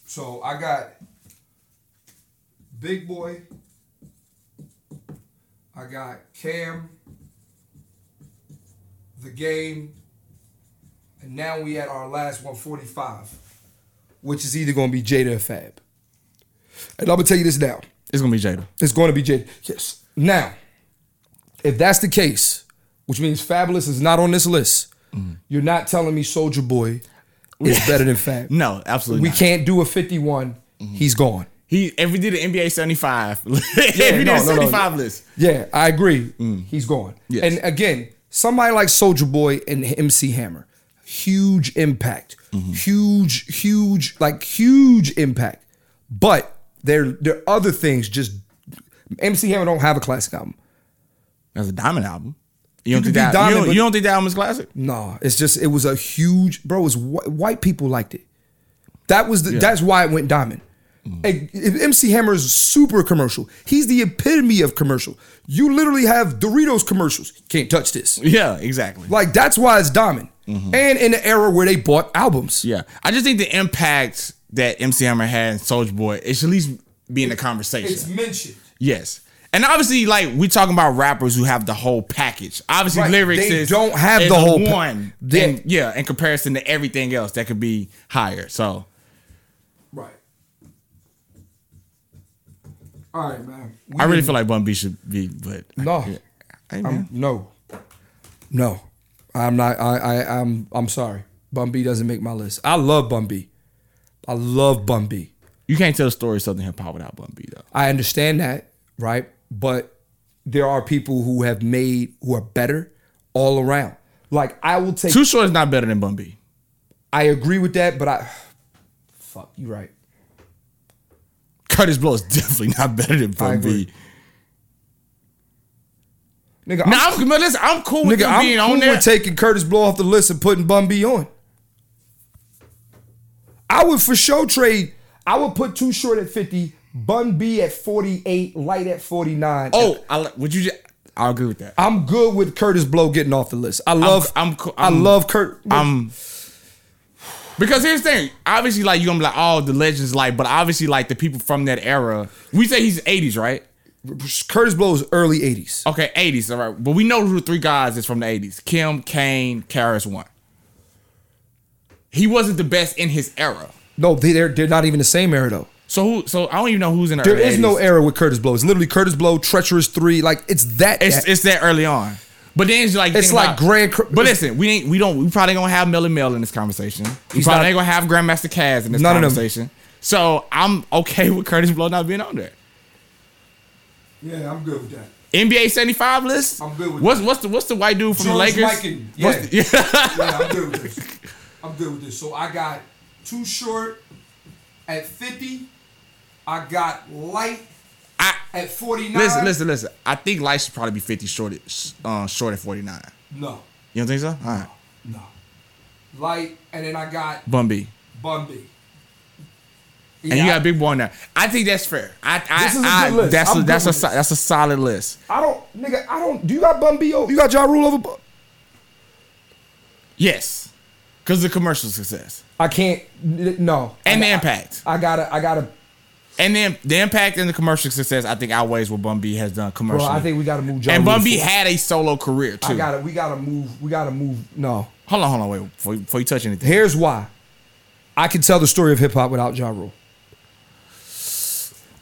[SPEAKER 2] So I got Big Boy. I got Cam, The Game, and now we at our last 145, which is either going to be Jada or Fab. And I'm going to tell you this now.
[SPEAKER 3] It's gonna be Jada.
[SPEAKER 2] It's going to be Jada. Yes. Now, if that's the case, which means Fabulous is not on this list,
[SPEAKER 3] Mm.
[SPEAKER 2] you're not telling me Soldier Boy is better than Fab.
[SPEAKER 3] No, absolutely.
[SPEAKER 2] we
[SPEAKER 3] not. Mm-hmm.
[SPEAKER 2] can't do a 51. He's gone.
[SPEAKER 3] He if we did an NBA seventy five. if we did
[SPEAKER 2] no,
[SPEAKER 3] a
[SPEAKER 2] no, no.
[SPEAKER 3] seventy five list. Mm.
[SPEAKER 2] Yeah, I agree. He's gone.
[SPEAKER 3] Yes.
[SPEAKER 2] And again, somebody like Soldier Boy and MC Hammer, huge impact,
[SPEAKER 3] Mm-hmm.
[SPEAKER 2] huge, huge, like huge impact. But there, there are other things. Just MC Hammer don't have a classic album.
[SPEAKER 3] That's a diamond album. You don't
[SPEAKER 2] could
[SPEAKER 3] think
[SPEAKER 2] be
[SPEAKER 3] that
[SPEAKER 2] Diamond,
[SPEAKER 3] you, don't,
[SPEAKER 2] but-
[SPEAKER 3] you don't think that album is classic?
[SPEAKER 2] No, it's just it was a huge bro. It's wh- white people liked it. That was the, that's why it went diamond.
[SPEAKER 3] Mm.
[SPEAKER 2] Hey, if MC Hammer is super commercial. He's the epitome of commercial. You literally have Doritos commercials. Can't touch this.
[SPEAKER 3] Yeah, exactly.
[SPEAKER 2] Like that's why it's diamond. and in the era where they bought albums.
[SPEAKER 3] Yeah, I just think the impact that MC Hammer had in Soldier Boy it should at least be in the conversation.
[SPEAKER 2] mentioned.
[SPEAKER 3] yes, and obviously, like we talking about rappers who have the whole package. Obviously,
[SPEAKER 2] Right,
[SPEAKER 3] lyrics
[SPEAKER 2] they
[SPEAKER 3] is,
[SPEAKER 2] don't have
[SPEAKER 3] is
[SPEAKER 2] the
[SPEAKER 3] a
[SPEAKER 2] whole pa-
[SPEAKER 3] one.
[SPEAKER 2] They-
[SPEAKER 3] in- yeah, in comparison to everything else that could be higher. So
[SPEAKER 2] Right. All right, man.
[SPEAKER 3] I really feel like Bun B should be, but
[SPEAKER 2] No.
[SPEAKER 3] Hey,
[SPEAKER 2] I'm,
[SPEAKER 3] man.
[SPEAKER 2] no. No. I'm not I, I I'm I'm sorry. Bun B doesn't make my list. I love Bun B. I love Bun B.
[SPEAKER 3] you can't tell the story of Southern hip hop without Bun B though.
[SPEAKER 2] I understand that, right? But there are people who have made who are better all around. Like I will take
[SPEAKER 3] Too Short is not better than Bun B.
[SPEAKER 2] I agree with that, but I fuck, you right.
[SPEAKER 3] Curtis Blow is definitely not better than Bun
[SPEAKER 2] agree.
[SPEAKER 3] B.
[SPEAKER 2] Nigga,
[SPEAKER 3] Now I'm, man, listen, I'm cool with
[SPEAKER 2] Nigga,
[SPEAKER 3] them
[SPEAKER 2] I'm
[SPEAKER 3] being
[SPEAKER 2] cool
[SPEAKER 3] on there.
[SPEAKER 2] with taking Curtis Blow off the list and putting Bun B on. I would for sure trade. I would put Too Short at 50, Bun B at 48, Light at 49.
[SPEAKER 3] oh, I, li- would you? Just, I agree with that.
[SPEAKER 2] I'm good with Curtis Blow getting off the list. I love
[SPEAKER 3] I'm co-
[SPEAKER 2] i
[SPEAKER 3] I'm-
[SPEAKER 2] love Kurt.
[SPEAKER 3] I'm because here's the thing. Obviously, like you're gonna be like, oh, the legends like, but obviously, like the people from that era. We say he's 80s, right?
[SPEAKER 2] Curtis Blow's early 80s.
[SPEAKER 3] Okay, 80s, all right. But we know who the three guys is from the 80s: Kim, Kane, Karis One. He wasn't the best in his era.
[SPEAKER 2] No, they- they're they're not even the same era though.
[SPEAKER 3] So who? So I don't even know who's in the
[SPEAKER 2] There
[SPEAKER 3] early
[SPEAKER 2] is no
[SPEAKER 3] 80s.
[SPEAKER 2] era with Curtis Blow. It's literally Curtis Blow, Treacherous Three. Like it's that.
[SPEAKER 3] It's
[SPEAKER 2] that-
[SPEAKER 3] it's that early on. But then it's like
[SPEAKER 2] It's
[SPEAKER 3] think
[SPEAKER 2] like
[SPEAKER 3] about-
[SPEAKER 2] Grand Cr-
[SPEAKER 3] But listen, we ain't we don't we probably gonna have Melly Mel in this conversation. We
[SPEAKER 2] He's
[SPEAKER 3] probably
[SPEAKER 2] not-
[SPEAKER 3] ain't gonna have Grandmaster Caz in this
[SPEAKER 2] None of them.
[SPEAKER 3] conversation. So I'm okay with Curtis Blow not being on there.
[SPEAKER 2] yeah, I'm good with that.
[SPEAKER 3] NBA 75 list.
[SPEAKER 2] I'm good with
[SPEAKER 3] what's what's the what's the white dude from
[SPEAKER 2] George
[SPEAKER 3] the Lakers?
[SPEAKER 2] Mikan,
[SPEAKER 3] What's the-
[SPEAKER 2] yeah, I'm good with this. I'm good with this. So I got too short at 50. I got light
[SPEAKER 3] I,
[SPEAKER 2] at 49.
[SPEAKER 3] listen, listen, listen. I think Light should probably be 50 short at, uh, short at 49.
[SPEAKER 2] No,
[SPEAKER 3] You don't think so? All right.
[SPEAKER 2] no. Light, and then I got
[SPEAKER 3] Bumby.
[SPEAKER 2] Bumby.
[SPEAKER 3] And you got a big boy now. I think that's fair. I, I,
[SPEAKER 2] This is a
[SPEAKER 3] I
[SPEAKER 2] good list.
[SPEAKER 3] that's
[SPEAKER 2] I'm
[SPEAKER 3] a,
[SPEAKER 2] good
[SPEAKER 3] that's a
[SPEAKER 2] with
[SPEAKER 3] so-
[SPEAKER 2] this.
[SPEAKER 3] that's a solid list.
[SPEAKER 2] I don't, nigga, I don't. Do you got Bumby over? You got Ja Rule over? Bu-
[SPEAKER 3] Yes, because the commercial success
[SPEAKER 2] I can't, n- no.
[SPEAKER 3] and
[SPEAKER 2] I,
[SPEAKER 3] the impact,
[SPEAKER 2] I gotta, I gotta,
[SPEAKER 3] and then the impact and the commercial success. I think outweighs what Bumby has done
[SPEAKER 2] bro,
[SPEAKER 3] commercially.
[SPEAKER 2] I think we gotta move Ja
[SPEAKER 3] and
[SPEAKER 2] Rule
[SPEAKER 3] Bumby
[SPEAKER 2] for-
[SPEAKER 3] had a solo career
[SPEAKER 2] I
[SPEAKER 3] too.
[SPEAKER 2] gotta, we gotta move, we gotta move, no.
[SPEAKER 3] Hold on, hold on, wait before, you- before you touch anything.
[SPEAKER 2] Here's why. I can tell the story of hip hop without Ja Rule.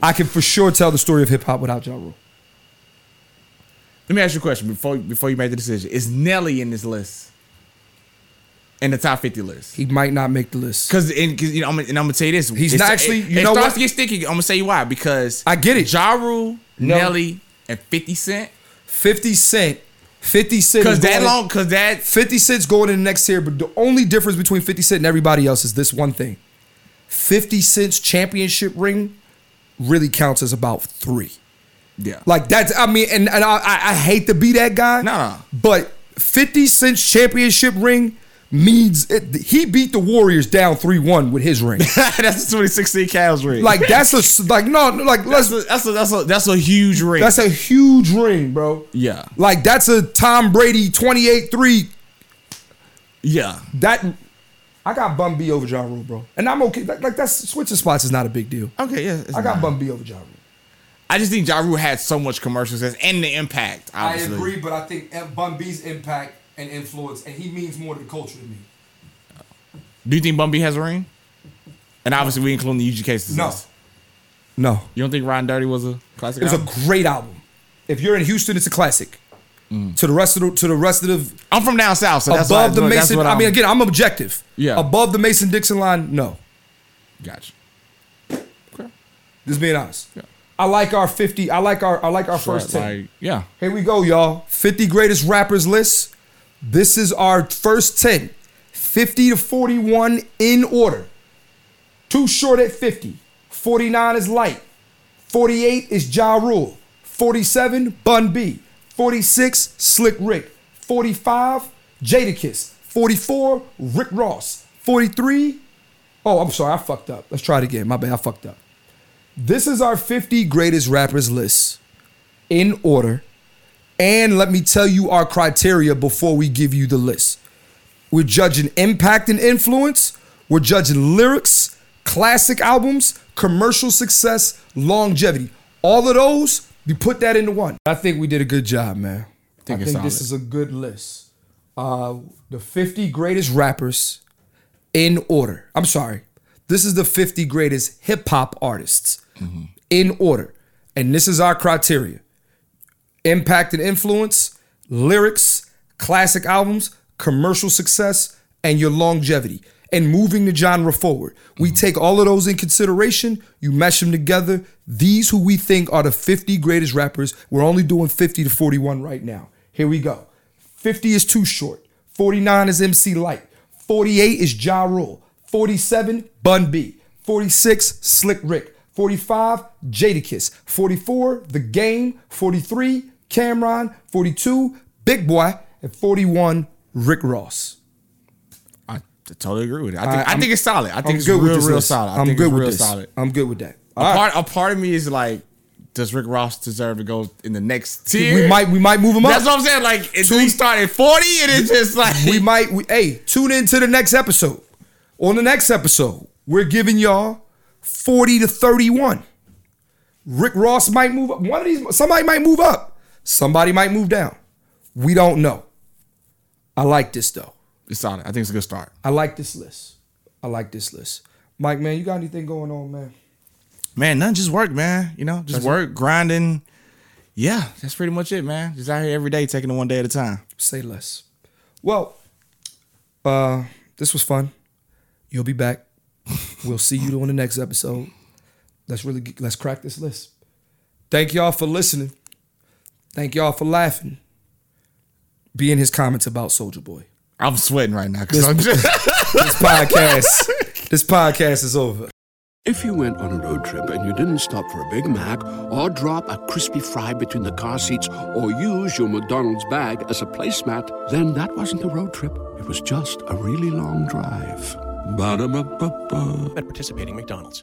[SPEAKER 2] I can for sure tell the story of hip hop without Ja Rule.
[SPEAKER 3] Let me ask you a question before before you make the decision. Is Nelly in this list? In the top fifty list?
[SPEAKER 2] He might not make the list.
[SPEAKER 3] Because and 'cause, you know, I'm, gonna- and I'm gonna tell you this.
[SPEAKER 2] He's
[SPEAKER 3] It's-
[SPEAKER 2] not actually-
[SPEAKER 3] It,
[SPEAKER 2] you
[SPEAKER 3] it
[SPEAKER 2] know
[SPEAKER 3] starts
[SPEAKER 2] what?
[SPEAKER 3] to get sticky. I'm gonna say why because
[SPEAKER 2] I get it.
[SPEAKER 3] Ja Rule,
[SPEAKER 2] No.
[SPEAKER 3] Nelly, and Fifty Cent.
[SPEAKER 2] 50 Cent. 50 Cent.
[SPEAKER 3] Because
[SPEAKER 2] is
[SPEAKER 3] that
[SPEAKER 2] going-
[SPEAKER 3] long. Because that
[SPEAKER 2] 50 Cent's going in the next tier, but the only difference between 50 Cent and everybody else is this one thing 50 Cent's championship ring really counts as about three.
[SPEAKER 3] yeah.
[SPEAKER 2] Like that's I mean, and, and I, I I hate to be that guy.
[SPEAKER 3] No, no.
[SPEAKER 2] But 50 Cent's championship ring means it, he beat the Warriors down 3-1 with his ring.
[SPEAKER 3] that's the 2016 Cavs ring.
[SPEAKER 2] like that's a s- like no no, like
[SPEAKER 3] that's
[SPEAKER 2] let's
[SPEAKER 3] a, that's a, that's a that's a huge ring.
[SPEAKER 2] that's a huge ring, bro.
[SPEAKER 3] yeah
[SPEAKER 2] Like that's a Tom Brady 28-3
[SPEAKER 3] yeah.
[SPEAKER 2] that I got Bum B over Ja Rule, bro. And I'm okay. Like, like that's switching spots is not a big deal.
[SPEAKER 3] Okay, yeah. it's
[SPEAKER 2] I got
[SPEAKER 3] not.
[SPEAKER 2] Bum B over Ja Rule.
[SPEAKER 3] I just think Ja Rule had so much commercial success and the impact. Obviously.
[SPEAKER 2] but I think Bum B's impact and influence, and he means more to the culture than me.
[SPEAKER 3] Do you think Bumby has a ring? And obviously, we include the UGK cases.
[SPEAKER 2] No. No.
[SPEAKER 3] You don't think Riding Dirty was a classic?
[SPEAKER 2] It was a
[SPEAKER 3] album?
[SPEAKER 2] great album. If you're in Houston, it's a classic.
[SPEAKER 3] Mm.
[SPEAKER 2] To the rest of the, to the rest of the
[SPEAKER 3] I'm from down south, so that's
[SPEAKER 2] above
[SPEAKER 3] what,
[SPEAKER 2] the
[SPEAKER 3] that's
[SPEAKER 2] Mason.
[SPEAKER 3] what
[SPEAKER 2] I
[SPEAKER 3] I'm-
[SPEAKER 2] mean, again, I'm objective.
[SPEAKER 3] Yeah.
[SPEAKER 2] Above the Mason Dixon line, no.
[SPEAKER 3] gotcha.
[SPEAKER 2] Just being honest.
[SPEAKER 3] Yeah.
[SPEAKER 2] I like our 50. I like our I like our first
[SPEAKER 3] Right,
[SPEAKER 2] 10.
[SPEAKER 3] like, yeah,
[SPEAKER 2] Here we go, y'all. 50 greatest rappers list. This is our first 10. 50 to 41 in order. Too short at 50. 49 is light. 48 is Ja Rule. 47, Bun B. 46, Slick Rick. 45, Jadakiss. 44, Rick Ross. 43, oh, I'm sorry, I fucked up. Let's try it again. My bad, I fucked up. This is our 50 greatest rappers list in order. And let me tell you our criteria before we give you the list. We're judging impact and influence. We're judging lyrics, classic albums, commercial success, longevity. All of those, you put that into one. I think we did a good job, man. I think,
[SPEAKER 3] it's
[SPEAKER 2] this
[SPEAKER 3] solid.
[SPEAKER 2] is a good list. Uh, the 50 greatest rappers in order. I'm sorry. This is the 50 greatest hip hop artists in order. And this is our criteria impact and influence, lyrics, classic albums, commercial success, and your longevity and moving the genre forward. We take all of those in consideration, you mesh them together. These who we think are the 50 greatest rappers. We're only doing 50 to 41 right now. Here we go. 50 is too short. 49 is MC Light. 48 is Ja Rule. 47, Bun B. 46, Slick Rick. 45, Jadakiss. 44, The Game. 43, Cameron. 42, Big Boy. And 41, Rick Ross.
[SPEAKER 3] I totally agree with it. I think, I,
[SPEAKER 2] I'm-
[SPEAKER 3] think it's solid. I think
[SPEAKER 2] I'm
[SPEAKER 3] it's
[SPEAKER 2] good
[SPEAKER 3] real,
[SPEAKER 2] with this
[SPEAKER 3] real
[SPEAKER 2] list.
[SPEAKER 3] solid. I
[SPEAKER 2] I'm
[SPEAKER 3] think
[SPEAKER 2] good
[SPEAKER 3] it's
[SPEAKER 2] with
[SPEAKER 3] real
[SPEAKER 2] this.
[SPEAKER 3] solid.
[SPEAKER 2] I'm good with that.
[SPEAKER 3] A
[SPEAKER 2] All right.
[SPEAKER 3] part, a part of me is like, does Rick Ross deserve to go in the next tier?
[SPEAKER 2] We might we might move him up.
[SPEAKER 3] That's what I'm saying. Like, if we start at 40, it is just like.
[SPEAKER 2] we might we, hey tune in to the next episode on the next episode we're giving y'all 40 to 31 rick ross might move up one of these somebody might move up somebody might move down we don't know i like this though
[SPEAKER 3] It's solid. I think it's a good start.
[SPEAKER 2] i like this list i like this list mike man you got anything going on man
[SPEAKER 3] Man, none just work, man. You know, just
[SPEAKER 2] That's
[SPEAKER 3] work, grinding. Yeah, that's pretty much it, man. Just out here every day, taking it one day at a time.
[SPEAKER 2] say less well uh this was fun you'll be back we'll see you on the next episode let's really get- let's crack this list thank y'all for listening thank y'all for laughing being his comments about soldier boy
[SPEAKER 3] I'm sweating right now because I'm just.
[SPEAKER 2] this podcast this podcast is over
[SPEAKER 4] If you went on a road trip and you didn't stop for a Big Mac or drop a crispy fry between the car seats or use your McDonald's bag as a placemat, then that wasn't a road trip. It was just a really long drive. Ba-da-ba-ba-ba.
[SPEAKER 11] At participating McDonald's.